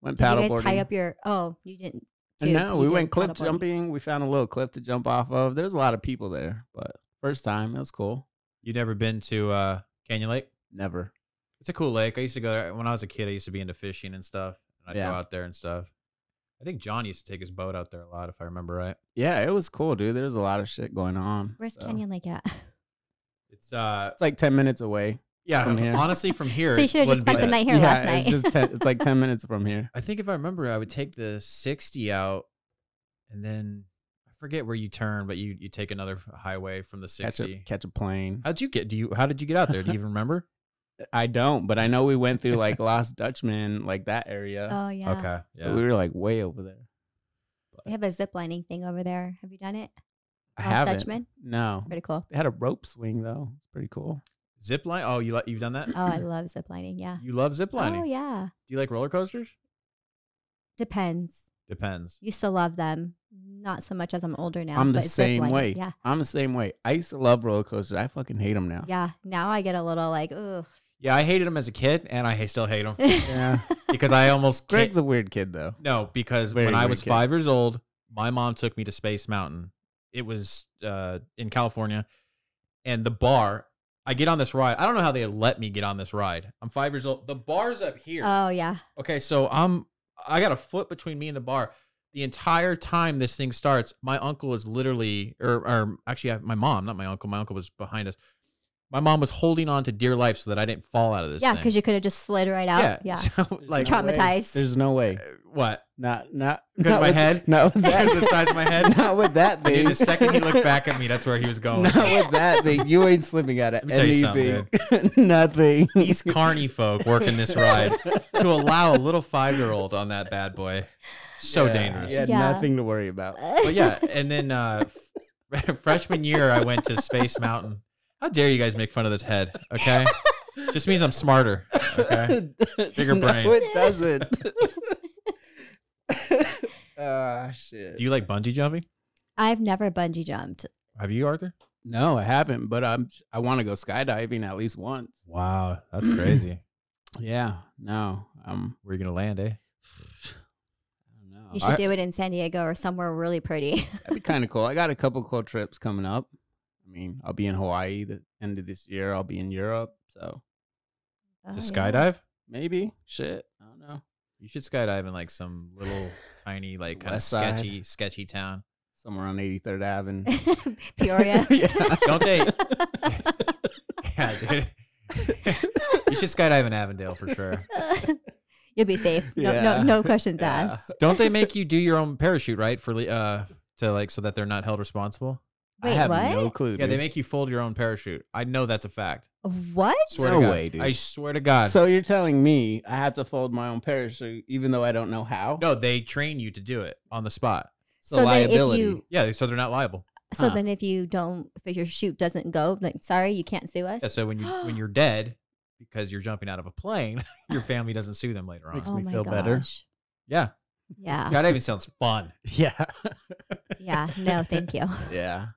[SPEAKER 2] Went
[SPEAKER 3] Did
[SPEAKER 2] paddleboarding.
[SPEAKER 3] you guys tie up your? Oh, you didn't.
[SPEAKER 2] And
[SPEAKER 3] too,
[SPEAKER 2] no,
[SPEAKER 3] you
[SPEAKER 2] we
[SPEAKER 3] did
[SPEAKER 2] went cliff
[SPEAKER 3] paddleboarding.
[SPEAKER 2] jumping. We found a little cliff to jump off of. There's a lot of people there, but first time, it was cool.
[SPEAKER 1] You never been to uh, Canyon Lake?
[SPEAKER 2] Never.
[SPEAKER 1] It's a cool lake. I used to go there when I was a kid. I used to be into fishing and stuff, and I'd go
[SPEAKER 2] Yeah.
[SPEAKER 1] out there and stuff. I think John used to take his boat out there a lot, if I remember right.
[SPEAKER 2] Yeah, it was cool, dude. There's a lot of shit going on.
[SPEAKER 3] Where's
[SPEAKER 2] so.
[SPEAKER 3] Canyon Lake at?
[SPEAKER 1] It's uh,
[SPEAKER 2] It's like 10 minutes away.
[SPEAKER 1] Yeah,
[SPEAKER 2] from here.
[SPEAKER 1] honestly, from here,
[SPEAKER 3] So you should've
[SPEAKER 1] wouldn't
[SPEAKER 3] just
[SPEAKER 1] be
[SPEAKER 3] spent the
[SPEAKER 1] that-
[SPEAKER 3] night here
[SPEAKER 2] yeah,
[SPEAKER 3] last night.
[SPEAKER 2] It's, just ten, it's like 10 minutes from here.
[SPEAKER 1] I think if I remember, I would take the 60 out, and then I forget where you turn, but you you take another highway from the
[SPEAKER 2] Catch
[SPEAKER 1] 60.
[SPEAKER 2] a, catch a plane.
[SPEAKER 1] How'd you get? Do you? How did you get out there? Do you even remember?
[SPEAKER 2] I don't, but I know we went through like Lost Dutchman, like that area.
[SPEAKER 3] Oh yeah.
[SPEAKER 1] Okay. Yeah.
[SPEAKER 2] So we were like way over there.
[SPEAKER 3] They have a zip lining thing over there. Have you done it?
[SPEAKER 2] I
[SPEAKER 3] Lost
[SPEAKER 2] haven't.
[SPEAKER 3] Dutchman?
[SPEAKER 2] No.
[SPEAKER 3] It's pretty cool.
[SPEAKER 2] They had a rope swing though. It's pretty cool.
[SPEAKER 1] zip line. Oh, you li- you've done that?
[SPEAKER 3] Oh, I love zip lining. Yeah.
[SPEAKER 1] You love zip lining.
[SPEAKER 3] Oh yeah.
[SPEAKER 1] Do you like roller coasters?
[SPEAKER 3] Depends.
[SPEAKER 1] Depends.
[SPEAKER 3] Used to love them. Not so much as I'm older now.
[SPEAKER 2] I'm
[SPEAKER 3] but
[SPEAKER 2] the
[SPEAKER 3] zip
[SPEAKER 2] same
[SPEAKER 3] lining,
[SPEAKER 2] way.
[SPEAKER 3] Yeah.
[SPEAKER 2] I'm the same way. I used to love roller coasters. I fucking hate them now.
[SPEAKER 3] Yeah. Now I get a little like, ugh.
[SPEAKER 1] Yeah, I hated them as a kid, and I ha- still hate them
[SPEAKER 2] Yeah.
[SPEAKER 1] because I almost can't-
[SPEAKER 2] Greg's a weird kid though.
[SPEAKER 1] No, because
[SPEAKER 2] Very
[SPEAKER 1] when I
[SPEAKER 2] weird
[SPEAKER 1] was
[SPEAKER 2] kid.
[SPEAKER 1] five years old, my mom took me to Space Mountain. It was uh, in California, and the bar. I get on this ride. I don't know how they let me get on this ride. I'm five years old. The bar's up here.
[SPEAKER 3] Oh yeah.
[SPEAKER 1] Okay, so I'm I got a foot between me and the bar. The entire time this thing starts, my uncle is literally, or, or actually, I- my mom, not my uncle. My uncle was behind us. My mom was holding on to dear life so that I didn't fall out of this.
[SPEAKER 3] Yeah,
[SPEAKER 1] thing.
[SPEAKER 3] because you could have just slid right out. Yeah.
[SPEAKER 1] Yeah, so, like uh,
[SPEAKER 3] Traumatized.
[SPEAKER 2] There's no way.
[SPEAKER 1] what?
[SPEAKER 2] Not not
[SPEAKER 1] Because
[SPEAKER 2] not
[SPEAKER 1] my
[SPEAKER 2] with-
[SPEAKER 1] head?
[SPEAKER 2] Not with
[SPEAKER 1] Because
[SPEAKER 2] that.
[SPEAKER 1] of the size of my head.
[SPEAKER 2] not with that
[SPEAKER 1] I
[SPEAKER 2] thing.
[SPEAKER 1] knew the second he looked back at me, that's where he was going.
[SPEAKER 2] Not with that thing. You ain't slipping out
[SPEAKER 1] Let
[SPEAKER 2] of
[SPEAKER 1] me tell you
[SPEAKER 2] anything.
[SPEAKER 1] something,
[SPEAKER 2] Nothing.
[SPEAKER 1] These carny folk working this ride to allow a little five year old on that bad boy. So
[SPEAKER 2] Yeah,
[SPEAKER 1] dangerous.
[SPEAKER 2] Yeah,
[SPEAKER 3] Yeah.
[SPEAKER 2] nothing to worry about.
[SPEAKER 1] But yeah, and then uh, f- freshman year, I went to Space Mountain. How dare you guys make fun of this head? Okay, just means I'm smarter. Okay, Bigger
[SPEAKER 2] no,
[SPEAKER 1] brain.
[SPEAKER 2] it doesn't. Ah, shit.
[SPEAKER 1] do you like bungee jumping?
[SPEAKER 3] I've never bungee jumped.
[SPEAKER 1] Have you, Arthur?
[SPEAKER 2] no, I haven't, but I'm I want to go skydiving at least once.
[SPEAKER 1] Wow, that's crazy.
[SPEAKER 2] Yeah, no, um,
[SPEAKER 1] Where you gonna land, eh?
[SPEAKER 2] I don't know.
[SPEAKER 3] You should
[SPEAKER 2] I-
[SPEAKER 3] do it in San Diego or somewhere really pretty.
[SPEAKER 2] That'd be kind of cool. I got a couple cool trips coming up. I mean, I'll be in Hawaii the end of this year. I'll be in Europe, so
[SPEAKER 3] Oh,
[SPEAKER 1] to
[SPEAKER 3] yeah.
[SPEAKER 1] skydive?
[SPEAKER 2] maybe shit. I don't know.
[SPEAKER 1] You should skydive in like some little tiny, like kind of
[SPEAKER 2] West side.
[SPEAKER 1] sketchy, sketchy town.
[SPEAKER 2] Somewhere on 83rd Avenue.
[SPEAKER 3] Peoria.
[SPEAKER 2] Yeah.
[SPEAKER 1] Don't they- Yeah, dude. you should skydive in Avondale for sure.
[SPEAKER 3] You'll be safe. No,
[SPEAKER 2] Yeah.
[SPEAKER 3] no, no questions
[SPEAKER 2] Yeah.
[SPEAKER 3] asked.
[SPEAKER 1] Don't they make you do your own parachute, right? For le- uh, to like so that they're not held responsible.
[SPEAKER 2] I
[SPEAKER 3] Wait,
[SPEAKER 2] have
[SPEAKER 3] what?
[SPEAKER 2] no clue.
[SPEAKER 1] Yeah, they
[SPEAKER 2] dude.
[SPEAKER 1] make you fold your own parachute. I know that's a fact.
[SPEAKER 3] What?
[SPEAKER 1] Swear
[SPEAKER 2] No
[SPEAKER 1] to God.
[SPEAKER 2] way, dude.
[SPEAKER 1] I swear to God.
[SPEAKER 2] So you're telling me I have to fold my own parachute, even though I don't know how?
[SPEAKER 1] no, they train you to do it on the spot.
[SPEAKER 2] It's a
[SPEAKER 3] So then if
[SPEAKER 2] liability.
[SPEAKER 3] you
[SPEAKER 1] Yeah, they- so they're not liable.
[SPEAKER 3] so
[SPEAKER 2] Huh.
[SPEAKER 3] then if you don't if your shoot doesn't go, then sorry, you can't sue us.
[SPEAKER 1] Yeah, so when you when you're dead because you're jumping out of a plane, your family doesn't sue them later on.
[SPEAKER 2] Makes- me feel better.
[SPEAKER 1] Yeah,
[SPEAKER 3] Oh Yeah.
[SPEAKER 1] skydiving sounds fun.
[SPEAKER 2] yeah,
[SPEAKER 3] Yeah. No, thank you.
[SPEAKER 2] yeah.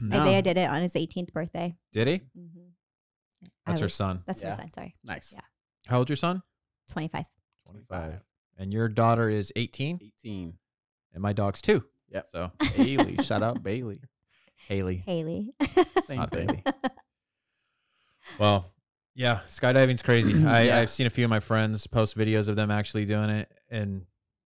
[SPEAKER 2] No.
[SPEAKER 3] Isaiah did it on his 18th birthday.
[SPEAKER 1] Did he?
[SPEAKER 3] Mm-hmm.
[SPEAKER 1] That's her son.
[SPEAKER 3] That's
[SPEAKER 2] Yeah.
[SPEAKER 3] my son. Sorry,
[SPEAKER 2] Nice.
[SPEAKER 3] Yeah.
[SPEAKER 1] How old your son?
[SPEAKER 3] 25.
[SPEAKER 1] 25. And your daughter is 18,
[SPEAKER 2] 18.
[SPEAKER 1] and my dog's two.
[SPEAKER 2] Yep.
[SPEAKER 1] So
[SPEAKER 2] Bailey, shout out Bailey.
[SPEAKER 1] Haley,
[SPEAKER 3] Haley.
[SPEAKER 2] Same
[SPEAKER 1] not
[SPEAKER 2] thing.
[SPEAKER 1] Bailey. well, yeah, skydiving's crazy. I,
[SPEAKER 2] Yeah.
[SPEAKER 1] I've seen a few of my friends post videos of them actually doing it, and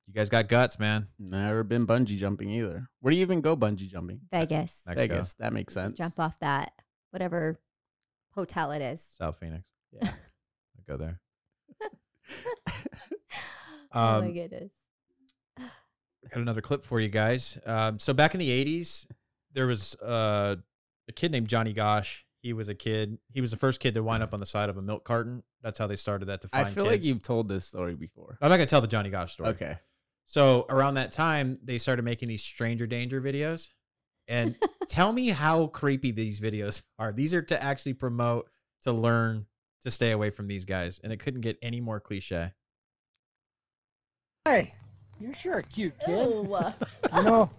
[SPEAKER 1] you guys got guts, man.
[SPEAKER 2] Never been bungee jumping either. Where do you even go bungee jumping?
[SPEAKER 3] Vegas.
[SPEAKER 1] Mexico,
[SPEAKER 2] Vegas. That makes
[SPEAKER 3] You
[SPEAKER 2] sense.
[SPEAKER 3] Jump off that whatever hotel it is.
[SPEAKER 1] South Phoenix.
[SPEAKER 2] Yeah.
[SPEAKER 1] I go there.
[SPEAKER 3] oh my
[SPEAKER 1] Um,
[SPEAKER 3] goodness.
[SPEAKER 1] got another clip for you guys. Um, so back in the '80s, there was uh, a kid named Johnny Gosh. He was a kid. He was the first kid to wind up on the side of a milk carton. That's how they started that to
[SPEAKER 2] I
[SPEAKER 1] find
[SPEAKER 2] feel like
[SPEAKER 1] kids.
[SPEAKER 2] you've told this story before.
[SPEAKER 1] I'm not gonna tell the Johnny Gosh story.
[SPEAKER 2] Okay.
[SPEAKER 1] So around that time, they started making these Stranger Danger videos. And tell me how creepy these videos are. These are to actually promote to learn to stay away from these guys, and it couldn't get any more cliche.
[SPEAKER 12] Hey, you're sure a cute kid.
[SPEAKER 3] Ew.
[SPEAKER 12] You know,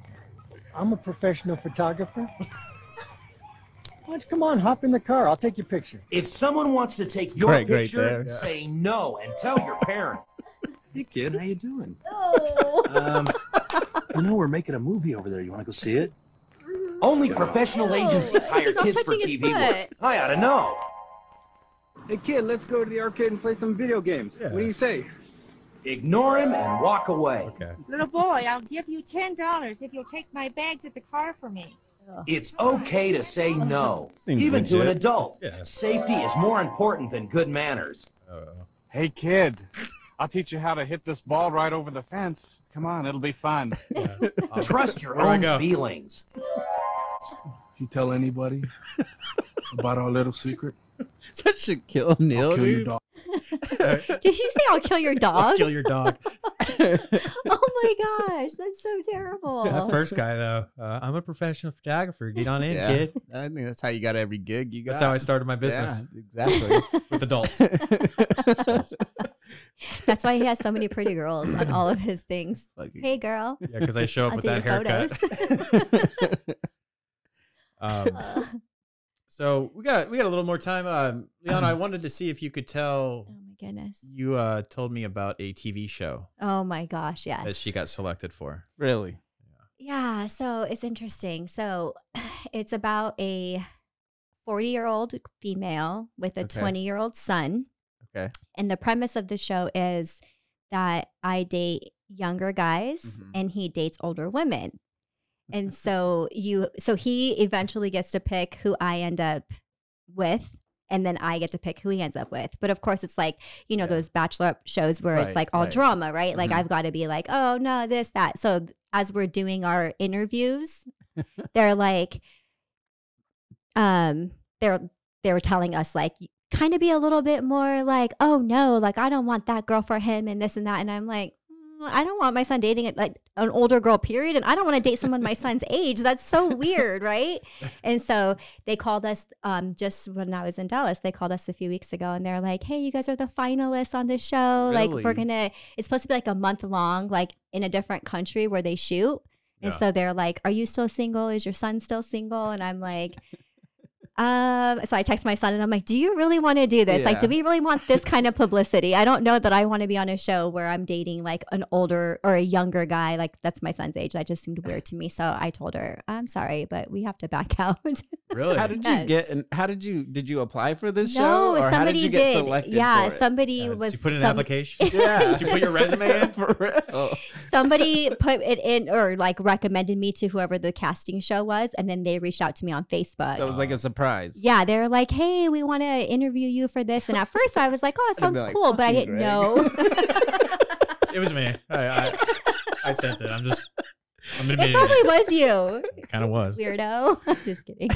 [SPEAKER 12] I'm a professional photographer. Why don't you come on, hop in the car. I'll take your picture.
[SPEAKER 13] If someone wants to take your
[SPEAKER 2] Greg right
[SPEAKER 13] picture,
[SPEAKER 2] there.
[SPEAKER 13] say no and tell your parent.
[SPEAKER 12] Hey, kid, how you doing?
[SPEAKER 3] Oh.
[SPEAKER 13] Um,
[SPEAKER 12] You know we're making a movie over there. You want to go see it?
[SPEAKER 13] only professional agencies hire
[SPEAKER 3] He's all
[SPEAKER 13] kids for
[SPEAKER 3] touching his
[SPEAKER 13] TV work. I ought to know.
[SPEAKER 12] Hey, kid, let's go to the arcade and play some video games. What do you say?
[SPEAKER 13] Ignore him and walk away.
[SPEAKER 1] Okay.
[SPEAKER 10] Little boy, I'll give you ten dollars if you'll take my bags at the car for me.
[SPEAKER 13] It's okay to say no,
[SPEAKER 2] Seems
[SPEAKER 13] even to an
[SPEAKER 2] legit.
[SPEAKER 13] adult.
[SPEAKER 2] Yeah.
[SPEAKER 13] Safety is more important than good manners.
[SPEAKER 14] Hey, kid, I'll teach you how to hit this ball right over the fence. Come on, it'll be fun.
[SPEAKER 13] Trust your
[SPEAKER 14] Where do I
[SPEAKER 13] own
[SPEAKER 14] go?
[SPEAKER 13] feelings.
[SPEAKER 10] If you tell anybody about our little secret,
[SPEAKER 2] that should kill Neil.
[SPEAKER 10] I'll kill your
[SPEAKER 2] dude.
[SPEAKER 10] dog.
[SPEAKER 3] Did you say I'll kill your dog?
[SPEAKER 1] Uh, Kill your dog.
[SPEAKER 3] oh my gosh, that's so terrible.
[SPEAKER 1] That first guy though, uh, I'm a professional photographer. Get on in,
[SPEAKER 2] Yeah.
[SPEAKER 1] kid.
[SPEAKER 2] I think that's how you got every gig you got.
[SPEAKER 1] That's how I started my business.
[SPEAKER 2] Yeah, exactly.
[SPEAKER 1] With adults.
[SPEAKER 3] That's why he has so many pretty girls on all of his things.
[SPEAKER 2] Lucky.
[SPEAKER 3] Hey, girl.
[SPEAKER 1] Yeah, 'cause I show up
[SPEAKER 3] I'll
[SPEAKER 1] with
[SPEAKER 3] do
[SPEAKER 1] that
[SPEAKER 3] your
[SPEAKER 1] haircut.
[SPEAKER 3] photos. Uh,
[SPEAKER 1] Um, so we got we got a little more time. Um, Leon, I wanted to see if you could tell.
[SPEAKER 3] Oh my goodness.
[SPEAKER 1] You uh, told me about a TV show
[SPEAKER 3] oh my gosh, yes.
[SPEAKER 1] that she got selected for.
[SPEAKER 2] Really?
[SPEAKER 3] Yeah, so it's interesting. So it's about a 40 year old female with a
[SPEAKER 2] Okay.
[SPEAKER 3] 20 year old son.
[SPEAKER 2] Okay.
[SPEAKER 3] And the premise of the show is that I date younger guys
[SPEAKER 2] Mm-hmm.
[SPEAKER 3] and he dates older women. And so you so he eventually gets to pick who I end up with and then I get to pick who he ends up with. But of course it's like, you know, those bachelorette shows where
[SPEAKER 2] Right,
[SPEAKER 3] it's like all
[SPEAKER 2] right.
[SPEAKER 3] drama, right? Like
[SPEAKER 2] Mhm.
[SPEAKER 3] I've got to be like, "Oh, no, this that." So th- as we're doing our interviews, they're like um they're they were telling us like kind of be a little bit more like oh no like i don't want that girl for him and this and that and i'm like "Mm, i don't want my son dating a- like an older girl period and i don't want to date someone my son's age that's so weird right and so they called us um just when i was in dallas they called us a few weeks ago and they're like hey you guys are the finalists on this show like we're
[SPEAKER 2] Really?
[SPEAKER 3] gonna it's supposed to be like a month long like in a different country where they shoot and
[SPEAKER 2] Yeah.
[SPEAKER 3] so they're like are you still single is your son still single and i'm like um, so I text my son and I'm like, do you really want to do this? Like, do
[SPEAKER 2] Yeah.
[SPEAKER 3] we really want this kind of publicity? I don't know that I want to be on a show where I'm dating like an older or a younger guy. Like, that's my son's age. That just seemed weird to me. So I told her, I'm sorry, but we have to back out.
[SPEAKER 2] How did you
[SPEAKER 3] Yes.
[SPEAKER 2] get? And how did you? Did you apply for this show?
[SPEAKER 3] no,
[SPEAKER 2] or how
[SPEAKER 3] somebody
[SPEAKER 2] did you get selected?
[SPEAKER 3] yeah,
[SPEAKER 2] for it?
[SPEAKER 3] somebody was.
[SPEAKER 1] You put in an
[SPEAKER 3] some-
[SPEAKER 1] application.
[SPEAKER 2] Yeah.
[SPEAKER 1] Did you put your resume in?
[SPEAKER 2] for real.
[SPEAKER 3] somebody put it in or like recommended me to whoever the casting show was, and then they reached out to me on Facebook.
[SPEAKER 2] So it was like a surprise.
[SPEAKER 3] Yeah, they're like, "Hey, we want to interview you for this." And at first, I was like, "Oh, it
[SPEAKER 2] I'd have
[SPEAKER 3] sounds
[SPEAKER 2] been like,
[SPEAKER 3] cool," but I
[SPEAKER 2] "Fuck you,
[SPEAKER 3] didn't
[SPEAKER 2] Greg."
[SPEAKER 3] know.
[SPEAKER 1] It was me. I, I, I sent it. I'm just. I'm
[SPEAKER 3] it
[SPEAKER 1] admitting
[SPEAKER 3] probably was you,
[SPEAKER 1] It kind of was.
[SPEAKER 3] weirdo. I'm just kidding.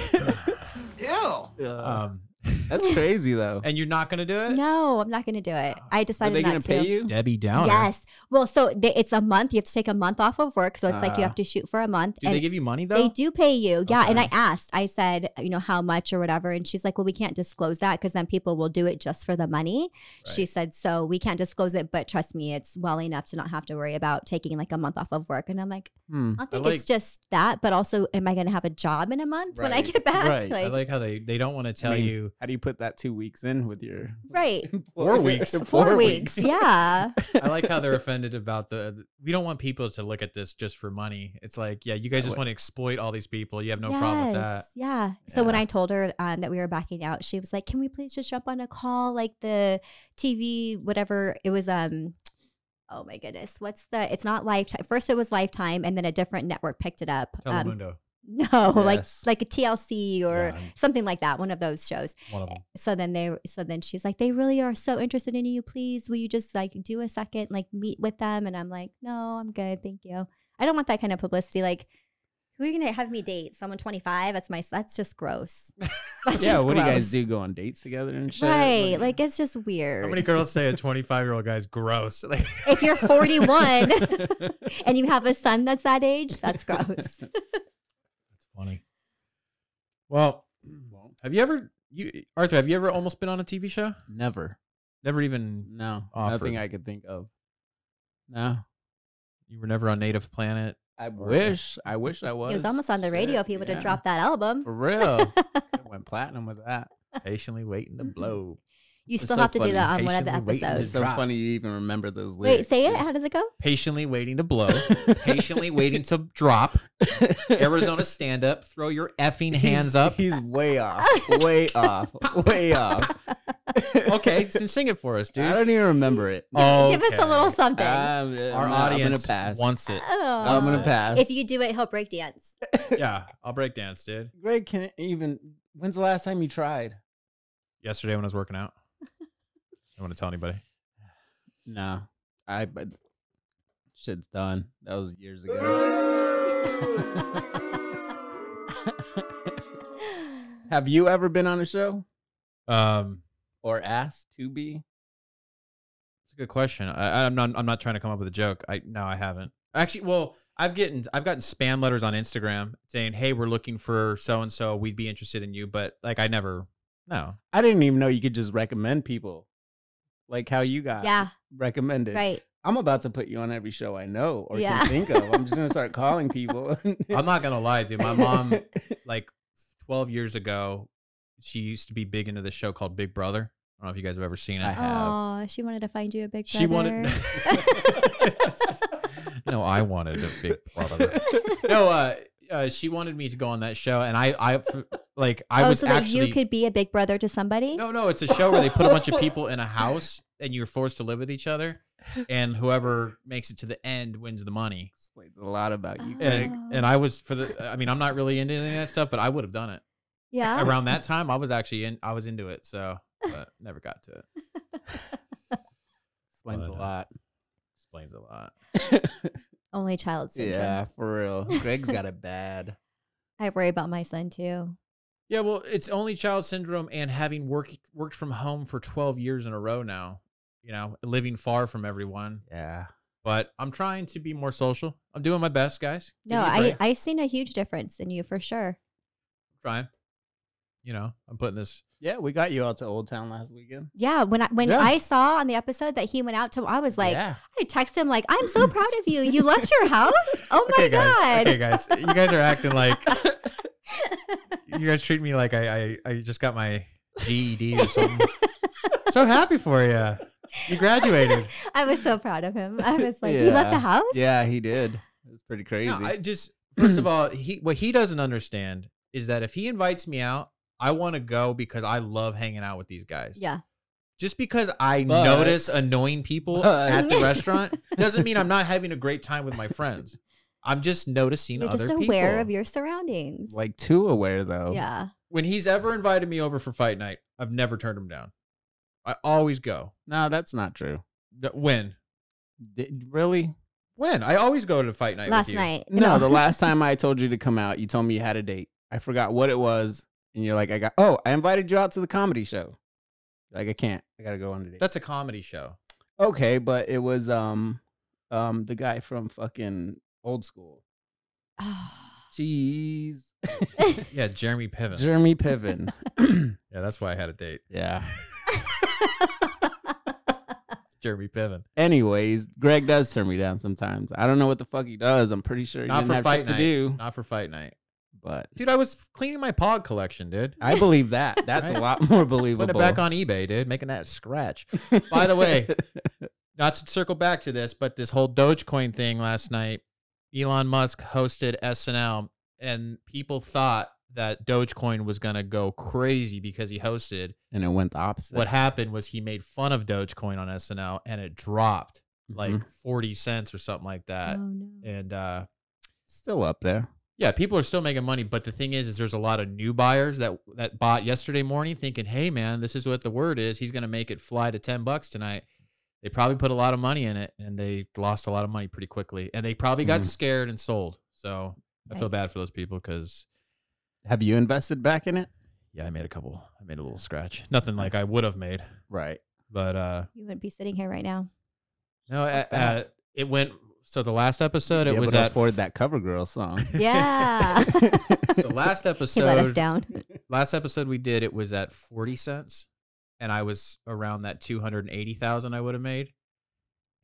[SPEAKER 1] Um,
[SPEAKER 2] That's crazy though.
[SPEAKER 1] and you're not gonna do it.
[SPEAKER 3] No, I'm not going to do it. I decided
[SPEAKER 2] they
[SPEAKER 3] not
[SPEAKER 2] gonna
[SPEAKER 3] to.
[SPEAKER 2] pay you?
[SPEAKER 1] Debbie Downer.
[SPEAKER 3] Yes. Well, so they, it's a month. You have to take a month off of work, so it's like you
[SPEAKER 2] Uh.
[SPEAKER 1] Ah.
[SPEAKER 3] have to shoot for a month.
[SPEAKER 1] Do they give you money,
[SPEAKER 3] They
[SPEAKER 1] though?
[SPEAKER 3] do pay you. Yeah. And I
[SPEAKER 1] Okay.
[SPEAKER 3] asked. I said, you know, how much or whatever, and she's like, well, we can't disclose that because then people will do it just for the money. She said, so we can't disclose it, but trust me, it's well enough to not have to worry about taking like a month off of work. And I'm like,
[SPEAKER 1] Hmm.
[SPEAKER 3] I
[SPEAKER 1] I
[SPEAKER 3] think it's
[SPEAKER 1] like-
[SPEAKER 3] just that, but also, am I going to have a job in a month when I
[SPEAKER 2] Right.
[SPEAKER 3] get back?
[SPEAKER 2] Right.
[SPEAKER 1] I
[SPEAKER 3] Like,
[SPEAKER 1] like how they, they don't want to tell
[SPEAKER 2] mean,
[SPEAKER 1] you
[SPEAKER 2] How do you put that two weeks in with your
[SPEAKER 3] right.
[SPEAKER 1] four weeks.
[SPEAKER 3] Four, weeks. Yeah.
[SPEAKER 1] I like how they're offended about the, the- We don't want people to look at this just for money. It's like, yeah, you guys just want to exploit all these people. You have no problem with that.
[SPEAKER 3] Yeah. So when I told her um, that we were backing out, she was like, "Can we please just jump on a call?" Like the TV, whatever it was. Um, oh my goodness, what's the? It's not Lifetime. First, it was Lifetime, and then a different network picked it up. Um,
[SPEAKER 1] Telemundo,
[SPEAKER 3] no,
[SPEAKER 1] Yes.
[SPEAKER 3] like like a TLC or something like that. One of those shows.
[SPEAKER 1] one of them.
[SPEAKER 3] So then they, so then she's like, "They really are so interested in you. Please, will you just like do a second, like meet with them?" And I'm like, "No, I'm good, thank you. I don't want that kind of publicity. Like, who are you gonna have me date? Someone 25? That's my. That's just gross. That's
[SPEAKER 2] yeah,
[SPEAKER 3] just
[SPEAKER 2] what do you
[SPEAKER 3] gross.
[SPEAKER 2] guys do? Go on dates together and shit?
[SPEAKER 3] Right? Like, it's just weird.
[SPEAKER 1] How many girls say a 25 year old guy's gross? Like,
[SPEAKER 3] If you're 41 and you have a son that's that age, that's gross.
[SPEAKER 1] funny. Well, have you ever, you Arthur, have you ever almost been on a TV show?
[SPEAKER 2] Never.
[SPEAKER 1] Never even.
[SPEAKER 2] No.
[SPEAKER 1] Offered.
[SPEAKER 2] Nothing I could think of. No.
[SPEAKER 1] You were never on Native Planet.
[SPEAKER 2] I
[SPEAKER 1] or-
[SPEAKER 2] wish. I wish I was.
[SPEAKER 3] He was almost on the radio if he would have
[SPEAKER 2] yeah.
[SPEAKER 3] dropped that album.
[SPEAKER 2] For real. I went platinum with that.
[SPEAKER 1] Patiently waiting to blow.
[SPEAKER 3] You still have to do that on one of the
[SPEAKER 2] It's
[SPEAKER 3] episodes.
[SPEAKER 2] so funny you even remember those lyrics.
[SPEAKER 3] Wait, say it. How does it go?
[SPEAKER 1] Patiently waiting to blow. patiently waiting to drop. Arizona stand up. Throw your effing hands up.
[SPEAKER 2] He's way off. Way off. Way off.
[SPEAKER 1] okay, then sing it for us, dude.
[SPEAKER 2] I don't even remember it.
[SPEAKER 1] Oh,
[SPEAKER 3] Give us a little something.
[SPEAKER 2] I'm-
[SPEAKER 1] Our
[SPEAKER 2] I'm gonna
[SPEAKER 1] audience
[SPEAKER 2] pass.
[SPEAKER 1] wants it.
[SPEAKER 3] Oh.
[SPEAKER 2] I'm gonna pass.
[SPEAKER 3] If you do it, he'll break dance.
[SPEAKER 1] Yeah, I'll break dance, dude.
[SPEAKER 2] Greg can even. When's the last time you tried?
[SPEAKER 1] Yesterday when I was working out, I don't want to tell anybody.
[SPEAKER 2] No, I. But shit's done. That was years ago. Have you ever been on a show
[SPEAKER 1] Um,
[SPEAKER 2] or asked to be?
[SPEAKER 1] it's a good question. I, I'm not. I'm not trying to come up with a joke. I no, I haven't. Actually, well, I've gotten I've gotten spam letters on Instagram saying, "Hey, we're looking for so and so. We'd be interested in you." But like, I never. No.
[SPEAKER 2] I didn't even know you could just recommend people, like how you got
[SPEAKER 3] Yeah.
[SPEAKER 2] recommended.
[SPEAKER 3] Right.
[SPEAKER 2] I'm about to put you on every show I know or
[SPEAKER 3] Yeah.
[SPEAKER 2] can think of. I'm just gonna start calling people.
[SPEAKER 1] I'm not gonna lie, dude. My mom, like 12 years ago, she used to be big into this show called Big Brother. I don't know if you guys have ever seen it.
[SPEAKER 2] I have.
[SPEAKER 3] Oh, she wanted to find you a big.
[SPEAKER 1] She wanted- no, I wanted a Big Brother. no, uh, uh, she wanted me to go on that show, and I, I, f- like, I
[SPEAKER 3] oh,
[SPEAKER 1] was
[SPEAKER 3] so
[SPEAKER 1] actually
[SPEAKER 3] that you could be a big brother to somebody.
[SPEAKER 1] no, no. It's a show where they put a bunch of people in a house, and you're forced to live with each other, and whoever makes it to the end wins the money.
[SPEAKER 2] Explains a lot about
[SPEAKER 3] Oh.
[SPEAKER 2] you. Greg.
[SPEAKER 1] And and I was for the. I mean, I'm not really into any of that stuff, but I would have done it.
[SPEAKER 3] Yeah.
[SPEAKER 1] around that time i was actually in i was into it so but never got to it
[SPEAKER 2] Explains a
[SPEAKER 1] But, uh,
[SPEAKER 2] lot.
[SPEAKER 1] explains a lot
[SPEAKER 3] Only child syndrome.
[SPEAKER 2] Yeah, for real. Greg's got it bad.
[SPEAKER 3] I worry about my son too.
[SPEAKER 1] yeah well it's only child syndrome and having worked worked from home for 12 years in a row now you know living far from everyone
[SPEAKER 2] Yeah.
[SPEAKER 1] but i'm trying to be more social i'm doing my best guys Give
[SPEAKER 3] No,
[SPEAKER 1] me a break.
[SPEAKER 3] I
[SPEAKER 1] I'm
[SPEAKER 3] I seen a huge difference in you for sure.
[SPEAKER 1] trying you know i'm putting this
[SPEAKER 2] Yeah, we got you out to Old Town last weekend.
[SPEAKER 3] Yeah, when I when
[SPEAKER 2] Yeah.
[SPEAKER 3] I saw on the episode that he went out to, I was like,
[SPEAKER 2] yeah.
[SPEAKER 3] I texted him like, I'm so proud of you. You left your house. Oh my
[SPEAKER 1] okay guys
[SPEAKER 3] god.
[SPEAKER 1] okay guys you guys are acting like you guys treat me like i i, I just got my ged or something so happy for you you graduated
[SPEAKER 3] I was so proud of him. I was like, you left the
[SPEAKER 2] Yeah.
[SPEAKER 3] house.
[SPEAKER 2] Yeah, he did. It was pretty crazy.
[SPEAKER 1] No, I just first of all, he what he doesn't understand is that if he invites me out, I want to go because I love hanging out with these guys.
[SPEAKER 3] Yeah.
[SPEAKER 1] Just because I
[SPEAKER 2] But-
[SPEAKER 1] notice annoying people
[SPEAKER 2] But-
[SPEAKER 1] at the restaurant doesn't mean I'm not having a great time with my friends. I'm just noticing
[SPEAKER 3] You're
[SPEAKER 1] other
[SPEAKER 3] just
[SPEAKER 1] people.
[SPEAKER 3] aware of your surroundings.
[SPEAKER 2] like too aware though.
[SPEAKER 3] Yeah.
[SPEAKER 1] when he's ever invited me over for fight night, I've never turned him down. I always go.
[SPEAKER 2] No, that's not true.
[SPEAKER 1] Th- When?
[SPEAKER 2] Did, really?
[SPEAKER 1] When? I always go to fight night with
[SPEAKER 3] Last
[SPEAKER 1] you.
[SPEAKER 3] night.
[SPEAKER 2] No, the last time I told you to come out, you told me you had a date. I forgot what it was, and you're like, I got. Oh, I invited you out to the comedy show. Like I can't. I gotta go on a date.
[SPEAKER 1] That's a comedy show.
[SPEAKER 2] okay, but it was um um the guy from fucking old school.
[SPEAKER 3] Oh.
[SPEAKER 2] Jeez,
[SPEAKER 1] Yeah, Jeremy Piven.
[SPEAKER 2] Jeremy Piven.
[SPEAKER 1] yeah, that's why I had a date.
[SPEAKER 2] yeah.
[SPEAKER 1] It's Jeremy Piven.
[SPEAKER 2] Anyways, Greg does turn me down sometimes. I don't know what the fuck he does. I'm pretty sure he
[SPEAKER 1] Not
[SPEAKER 2] doesn't
[SPEAKER 1] for
[SPEAKER 2] have
[SPEAKER 1] fight
[SPEAKER 2] shit
[SPEAKER 1] night.
[SPEAKER 2] to do.
[SPEAKER 1] Not for fight night.
[SPEAKER 2] But
[SPEAKER 1] Dude, I was cleaning my pod collection, dude.
[SPEAKER 2] I believe that. That's a
[SPEAKER 1] Right?
[SPEAKER 2] lot more
[SPEAKER 1] Putting
[SPEAKER 2] believable.
[SPEAKER 1] it back on eBay, dude, making that scratch. By the way, not to circle back to this, but this whole Dogecoin thing last night, Elon Musk hosted SNL, and people thought that Dogecoin was going to go crazy because he hosted.
[SPEAKER 2] and it went the opposite.
[SPEAKER 1] What happened was he made fun of Dogecoin on SNL, and it dropped like
[SPEAKER 2] Mhm.
[SPEAKER 1] 40 cents or something like that.
[SPEAKER 3] Oh.
[SPEAKER 1] And uh,
[SPEAKER 2] Still up there.
[SPEAKER 1] Yeah, people are still making money, but the thing is, is there's a lot of new buyers that that bought yesterday morning, thinking, "Hey, man, this is what the word is. He's going to make it fly to ten bucks tonight." They probably put a lot of money in it, and they lost a lot of money pretty quickly, and they probably got
[SPEAKER 2] Mhm.
[SPEAKER 1] scared and sold. So I feel bad
[SPEAKER 3] Yikes.
[SPEAKER 1] for those people because
[SPEAKER 2] Have you invested back in it?
[SPEAKER 1] yeah, I made a couple, I made a little scratch, nothing like I would have made,
[SPEAKER 2] Right.
[SPEAKER 1] but uh,
[SPEAKER 3] You wouldn't be sitting here right now.
[SPEAKER 1] no, uh, uh, it went. So the last episode, it
[SPEAKER 2] Be able
[SPEAKER 1] was
[SPEAKER 2] to
[SPEAKER 1] at
[SPEAKER 2] afford that cover girl song.
[SPEAKER 3] Yeah.
[SPEAKER 1] The last
[SPEAKER 3] he let us
[SPEAKER 1] episode,
[SPEAKER 3] down.
[SPEAKER 1] last episode we did it was at 40 cents and i was around that 280000 i would have made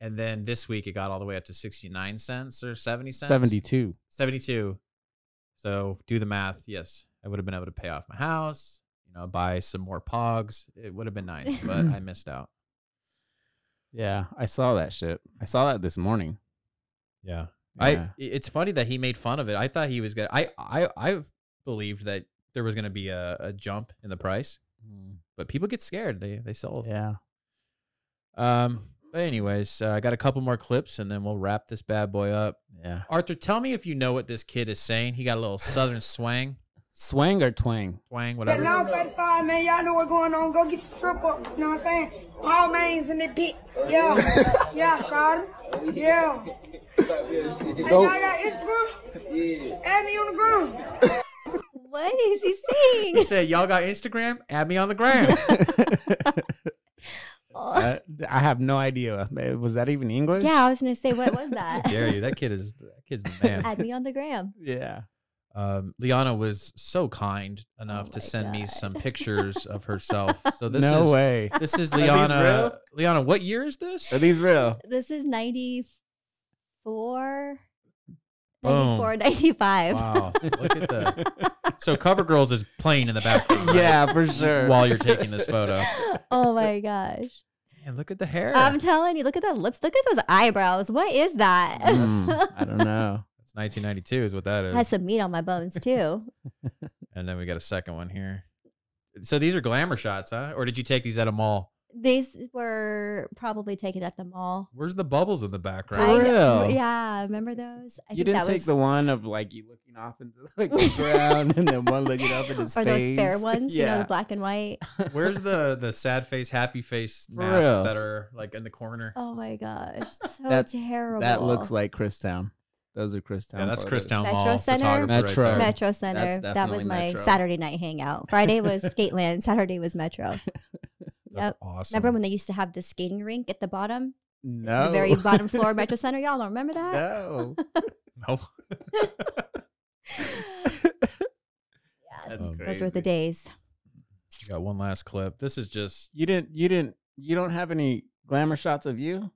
[SPEAKER 1] and then this week it got all the way up to 69 cents or 70 cents
[SPEAKER 2] 72.
[SPEAKER 1] 72 so do the math yes i would have been able to pay off my house you know buy some more pogs it would have been nice but i missed out
[SPEAKER 2] Yeah, I saw that shit. I saw that this morning.
[SPEAKER 1] yeah
[SPEAKER 2] Yeah.
[SPEAKER 1] I it's funny that he made fun of it. I thought he was gonna. I I I believed that there was gonna be a, a jump in the price, But people get scared. They they sold.
[SPEAKER 2] Yeah.
[SPEAKER 1] Um. But anyways, uh, I got a couple more clips, and then we'll wrap this bad boy up.
[SPEAKER 2] Yeah.
[SPEAKER 1] Arthur, tell me if you know what this kid is saying. He got a little southern swang,
[SPEAKER 2] Swang or twang?
[SPEAKER 1] twang,
[SPEAKER 10] That
[SPEAKER 1] whatever.
[SPEAKER 10] long face five, man, y'all know what's going on. Go get your trip up. You know what I'm saying? All mains in the pit. Yeah. yeah, shawty. Yeah. Hey, y'all got Instagram? Yeah. Add me on the ground.
[SPEAKER 3] What is he saying?
[SPEAKER 1] He said, "Y'all got Instagram? Add me on the gram."
[SPEAKER 2] Uh, I have no idea. Was that even English?
[SPEAKER 3] Oh. Yeah, I was gonna say, what was that?
[SPEAKER 1] Dare you? That kid is that kid's the man.
[SPEAKER 3] Add me on the gram.
[SPEAKER 2] Yeah.
[SPEAKER 1] um, Liana was so kind enough to send me some pictures of herself. So this
[SPEAKER 2] No
[SPEAKER 1] is
[SPEAKER 2] way.
[SPEAKER 1] this is
[SPEAKER 2] Are these
[SPEAKER 1] Liana.
[SPEAKER 2] real?
[SPEAKER 1] Liana, what year is this?
[SPEAKER 2] Are these real?
[SPEAKER 3] This is 94,
[SPEAKER 1] Boom.
[SPEAKER 3] 94, 95.
[SPEAKER 1] Wow, look at the. So CoverGirls is playing in the background. right?
[SPEAKER 2] Yeah, for sure.
[SPEAKER 1] While you're taking this photo,
[SPEAKER 3] oh my gosh.
[SPEAKER 1] and look at the hair.
[SPEAKER 3] I'm telling you, look at that lips. Look at those eyebrows. What is that?
[SPEAKER 1] Mm.
[SPEAKER 2] Hmm, I don't know.
[SPEAKER 1] That's 1992 is what that is.
[SPEAKER 3] Has some meat on my bones too.
[SPEAKER 1] and then we got a second one here. So these are glamour shots, huh? Or did you take these at a mall?
[SPEAKER 3] These were probably taken at the mall.
[SPEAKER 1] Where's the bubbles in the
[SPEAKER 3] I
[SPEAKER 1] background?
[SPEAKER 2] For
[SPEAKER 3] kn-
[SPEAKER 2] real?
[SPEAKER 3] Yeah, remember those? I
[SPEAKER 2] you didn't take the one of like you looking off into like the ground and then one looking up into
[SPEAKER 3] Or
[SPEAKER 2] space.
[SPEAKER 3] those fair ones, you know,
[SPEAKER 2] Yeah.
[SPEAKER 3] the black and white.
[SPEAKER 1] Where's the the sad face, happy face masks
[SPEAKER 2] real.
[SPEAKER 1] that are like in the corner?
[SPEAKER 3] Oh my gosh, so
[SPEAKER 2] That's-
[SPEAKER 3] terrible.
[SPEAKER 2] That looks like Christown. Those are Christown.
[SPEAKER 1] Yeah, that's
[SPEAKER 2] photos.
[SPEAKER 1] Christown
[SPEAKER 3] Metro
[SPEAKER 1] Mall
[SPEAKER 3] Center?
[SPEAKER 1] photographer
[SPEAKER 2] Metro.
[SPEAKER 1] right there.
[SPEAKER 3] Metro Center. That was
[SPEAKER 2] definitely
[SPEAKER 3] my
[SPEAKER 2] Metro.
[SPEAKER 3] Saturday night hangout. Friday was Skateland. Saturday was Metro.
[SPEAKER 1] That's
[SPEAKER 3] Yep.
[SPEAKER 1] awesome.
[SPEAKER 3] Remember when they used to have the skating rink at the bottom,
[SPEAKER 2] No.
[SPEAKER 3] the very bottom floor of Metro Center? Y'all don't remember that?
[SPEAKER 2] No.
[SPEAKER 1] No.
[SPEAKER 2] Um,
[SPEAKER 3] Yeah,
[SPEAKER 2] That's
[SPEAKER 3] those were
[SPEAKER 2] crazy.
[SPEAKER 3] the days.
[SPEAKER 1] We got one last clip. This is just
[SPEAKER 2] You didn't. You didn't. You don't have any glamour shots of you.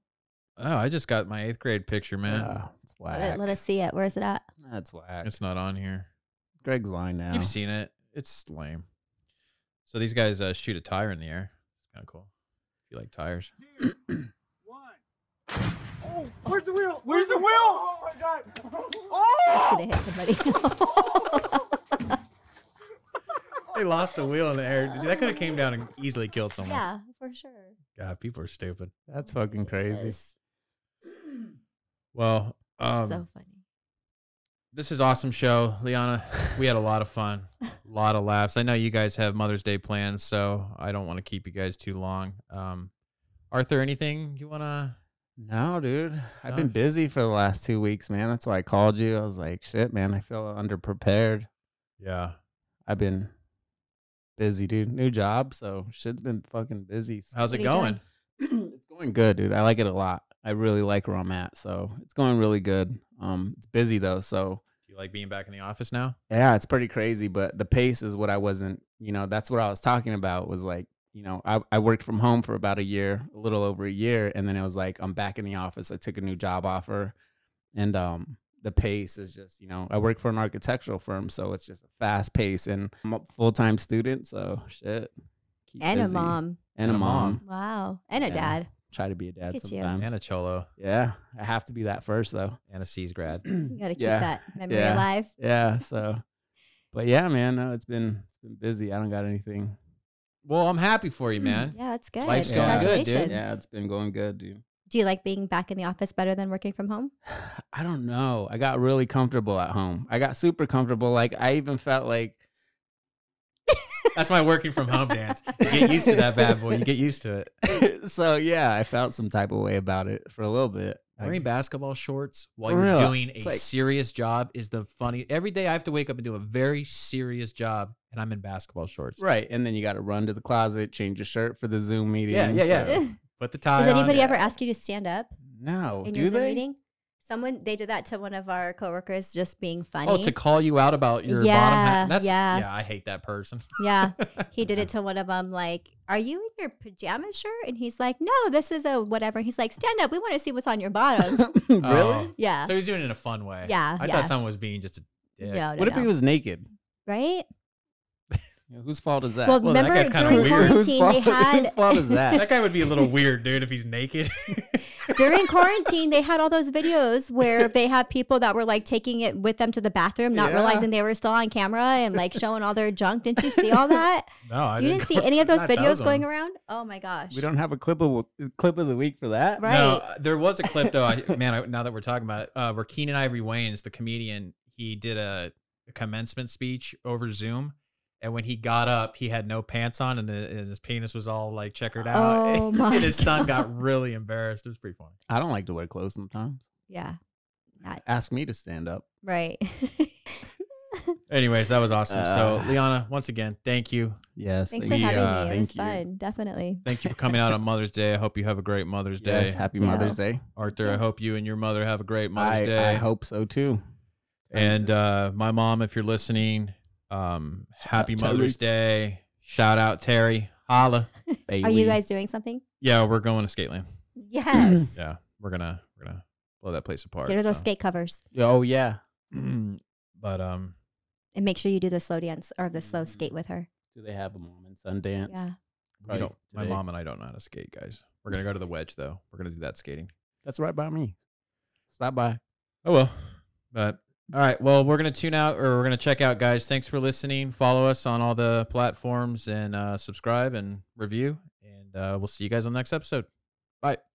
[SPEAKER 1] oh, I just got my eighth grade picture, man.
[SPEAKER 2] Oh, it's whack.
[SPEAKER 3] Let, let us see it. Where's it at?
[SPEAKER 2] That's whack.
[SPEAKER 1] It's not on here.
[SPEAKER 2] Greg's lying now.
[SPEAKER 1] You've seen it. It's lame. So these guys uh, shoot a tire in the air. It's kind of cool. If you like tires,
[SPEAKER 15] Oh, where's the wheel? Where's the wheel? Oh my god!
[SPEAKER 3] It's
[SPEAKER 15] Oh!
[SPEAKER 3] gonna hit somebody.
[SPEAKER 1] they lost the wheel in the air. That could have came down and easily killed someone.
[SPEAKER 3] yeah, for sure.
[SPEAKER 1] God, people are stupid.
[SPEAKER 2] That's fucking crazy.
[SPEAKER 3] Yes.
[SPEAKER 1] Well, um,
[SPEAKER 3] so funny.
[SPEAKER 1] this is awesome show, Liana. We had a lot of fun, a lot of laughs. I know you guys have Mother's Day plans, so I don't want to keep you guys too long. Um, Arthur, anything you want to?
[SPEAKER 2] No, dude. I've been
[SPEAKER 1] Josh?
[SPEAKER 2] busy for the last two weeks, man. That's why I called you. I was like, shit, man. I feel underprepared.
[SPEAKER 1] Yeah.
[SPEAKER 2] I've been busy, dude. New job, so shit's been fucking busy. So
[SPEAKER 1] How's it
[SPEAKER 3] What are you
[SPEAKER 1] going?
[SPEAKER 3] doing?
[SPEAKER 2] it's going good, dude. I like it a lot. I really like where I'm at, so it's going really good. Um, it's busy though, so
[SPEAKER 1] You like being back in the office now?
[SPEAKER 2] Yeah, it's pretty crazy, but the pace is what I wasn't, you know, that's what I was talking about was like, you know, I, I worked from home for about a year, a little over a year, and then it was like I'm back in the office. I took a new job offer and um the pace is just, you know, I work for an architectural firm, so it's just a fast pace and I'm a full-time student, so shit. keep
[SPEAKER 3] And a
[SPEAKER 2] busy.
[SPEAKER 3] mom.
[SPEAKER 2] And a
[SPEAKER 1] And a mom.
[SPEAKER 2] mom.
[SPEAKER 3] Wow. And a
[SPEAKER 2] Yeah.
[SPEAKER 3] dad.
[SPEAKER 2] Try to be a dad
[SPEAKER 3] Look at you.
[SPEAKER 2] sometimes.
[SPEAKER 1] And a cholo,
[SPEAKER 2] yeah, I have to be that first though.
[SPEAKER 1] and a C's grad.
[SPEAKER 3] You gotta keep
[SPEAKER 2] Yeah.
[SPEAKER 3] that memory
[SPEAKER 2] Yeah.
[SPEAKER 3] alive.
[SPEAKER 2] Yeah, so but yeah, man, no, it's been it's been busy. I don't got anything
[SPEAKER 1] Well, I'm happy for you, man.
[SPEAKER 3] Yeah, it's good.
[SPEAKER 1] Life's going good,
[SPEAKER 3] Congratulations.
[SPEAKER 1] dude.
[SPEAKER 2] Yeah, it's been going good, dude.
[SPEAKER 3] Do you like being back in the office better than working from home?
[SPEAKER 2] I don't know. I got really comfortable at home. I got super comfortable. Like I even felt like
[SPEAKER 1] That's my working from home dance. You get used to that bad boy. You get used to it.
[SPEAKER 2] so yeah, I felt some type of way about it for a little bit.
[SPEAKER 1] Wearing
[SPEAKER 2] Like,
[SPEAKER 1] basketball shorts while
[SPEAKER 2] For
[SPEAKER 1] you're
[SPEAKER 2] real.
[SPEAKER 1] doing a
[SPEAKER 2] It's like-
[SPEAKER 1] serious job is the funny. Every day I have to wake up and do a very serious job, and I'm in basketball shorts.
[SPEAKER 2] right. And then you gotta run to the closet, change your shirt for the Zoom meeting.
[SPEAKER 1] Yeah, yeah, yeah.
[SPEAKER 2] so-
[SPEAKER 1] Put the tie
[SPEAKER 3] Does
[SPEAKER 1] on.
[SPEAKER 3] anybody ever ask you to stand up
[SPEAKER 2] No.
[SPEAKER 3] in your
[SPEAKER 2] do
[SPEAKER 3] Zoom
[SPEAKER 2] they?
[SPEAKER 3] meeting? Someone they did that to one of our coworkers, just being funny.
[SPEAKER 1] Oh, to call you out about your bottom
[SPEAKER 3] Yeah,
[SPEAKER 1] half. That's,
[SPEAKER 3] yeah.
[SPEAKER 1] yeah, I hate that person.
[SPEAKER 3] yeah, he did it to one of them. Like, are you in your pajama shirt? And he's like, No, this is a whatever. He's like, Stand up. We want to see what's on your bottom.
[SPEAKER 2] really?
[SPEAKER 1] Oh.
[SPEAKER 3] yeah,
[SPEAKER 1] So he's doing it in a fun way.
[SPEAKER 3] Yeah,
[SPEAKER 1] I
[SPEAKER 3] yeah.
[SPEAKER 1] thought someone was being just a dick.
[SPEAKER 3] no, no,
[SPEAKER 2] what if
[SPEAKER 3] no.
[SPEAKER 2] he was naked?
[SPEAKER 3] right?
[SPEAKER 2] You know, whose fault is that?
[SPEAKER 3] Well, Well, that remember guy's kinda during weird. quarantine,
[SPEAKER 2] Whose fault-
[SPEAKER 3] they had-
[SPEAKER 2] Whose fault is that?
[SPEAKER 1] that guy would be a little weird, dude, if he's naked.
[SPEAKER 3] During quarantine, they had all those videos where they had people that were like taking it with them to the bathroom, not
[SPEAKER 1] Yeah.
[SPEAKER 3] realizing they were still on camera and like showing all their junk. Didn't you see all that?
[SPEAKER 1] No, I
[SPEAKER 3] you didn't,
[SPEAKER 1] didn't
[SPEAKER 3] see
[SPEAKER 1] go-
[SPEAKER 3] any of those
[SPEAKER 1] not
[SPEAKER 3] videos
[SPEAKER 1] those
[SPEAKER 3] going
[SPEAKER 1] ones.
[SPEAKER 3] around. Oh my gosh!
[SPEAKER 2] We don't have a clip of clip of the week for that.
[SPEAKER 3] Right.
[SPEAKER 1] No, uh, there was a clip though. I, man, I, now that we're talking about it, uh, where Keenan Ivory Wayans, the comedian, he did a, a commencement speech over Zoom, and when he got up, he had no pants on, and, his- and his penis was all like checkered out,
[SPEAKER 3] Oh, my
[SPEAKER 1] and his son got really embarrassed. It was pretty funny.
[SPEAKER 2] I don't like to wear clothes sometimes.
[SPEAKER 3] Yeah, Nuts.
[SPEAKER 2] Ask me to stand up.
[SPEAKER 3] right.
[SPEAKER 1] Anyways, that was awesome. so,
[SPEAKER 2] Uh,
[SPEAKER 1] Leanna, once again, thank you.
[SPEAKER 2] Yes, uh,
[SPEAKER 3] Thanks for having me. It was fun, definitely.
[SPEAKER 1] Thank you for coming out on Mother's Day. I hope you have a great Mother's Day.
[SPEAKER 2] Yes, happy Mother's Day.
[SPEAKER 1] Arthur, I hope you and your mother have a great Mother's
[SPEAKER 2] I,
[SPEAKER 1] Day.
[SPEAKER 2] I hope so too.
[SPEAKER 1] And uh, my mom, if you're listening, um, happy
[SPEAKER 2] Terry.
[SPEAKER 1] Mother's Day. Shout out Terry. Holla.
[SPEAKER 3] Are you guys doing something?
[SPEAKER 1] Yeah, we're going to Skateland.
[SPEAKER 3] Yes.
[SPEAKER 1] yeah, we're gonna we're gonna blow that place apart.
[SPEAKER 3] Get her those
[SPEAKER 1] so.
[SPEAKER 3] skate covers
[SPEAKER 2] Oh yeah.
[SPEAKER 3] Mm-hmm.
[SPEAKER 1] but um,
[SPEAKER 3] and make sure you do the slow dance or the
[SPEAKER 1] Mm.
[SPEAKER 3] slow skate with her.
[SPEAKER 2] do they have a mom in Sundance?
[SPEAKER 3] Yeah.
[SPEAKER 1] we don't, my
[SPEAKER 2] today.
[SPEAKER 1] mom and I don't know how to skate, guys. We're gonna go to the wedge though. We're gonna do that skating.
[SPEAKER 2] That's right by me. Stop by.
[SPEAKER 1] Oh well. But all right, well, we're gonna tune out or we're gonna check out, guys. Thanks for listening. Follow us on all the platforms and uh, subscribe and review. And uh, we'll see you guys on the next episode. Bye.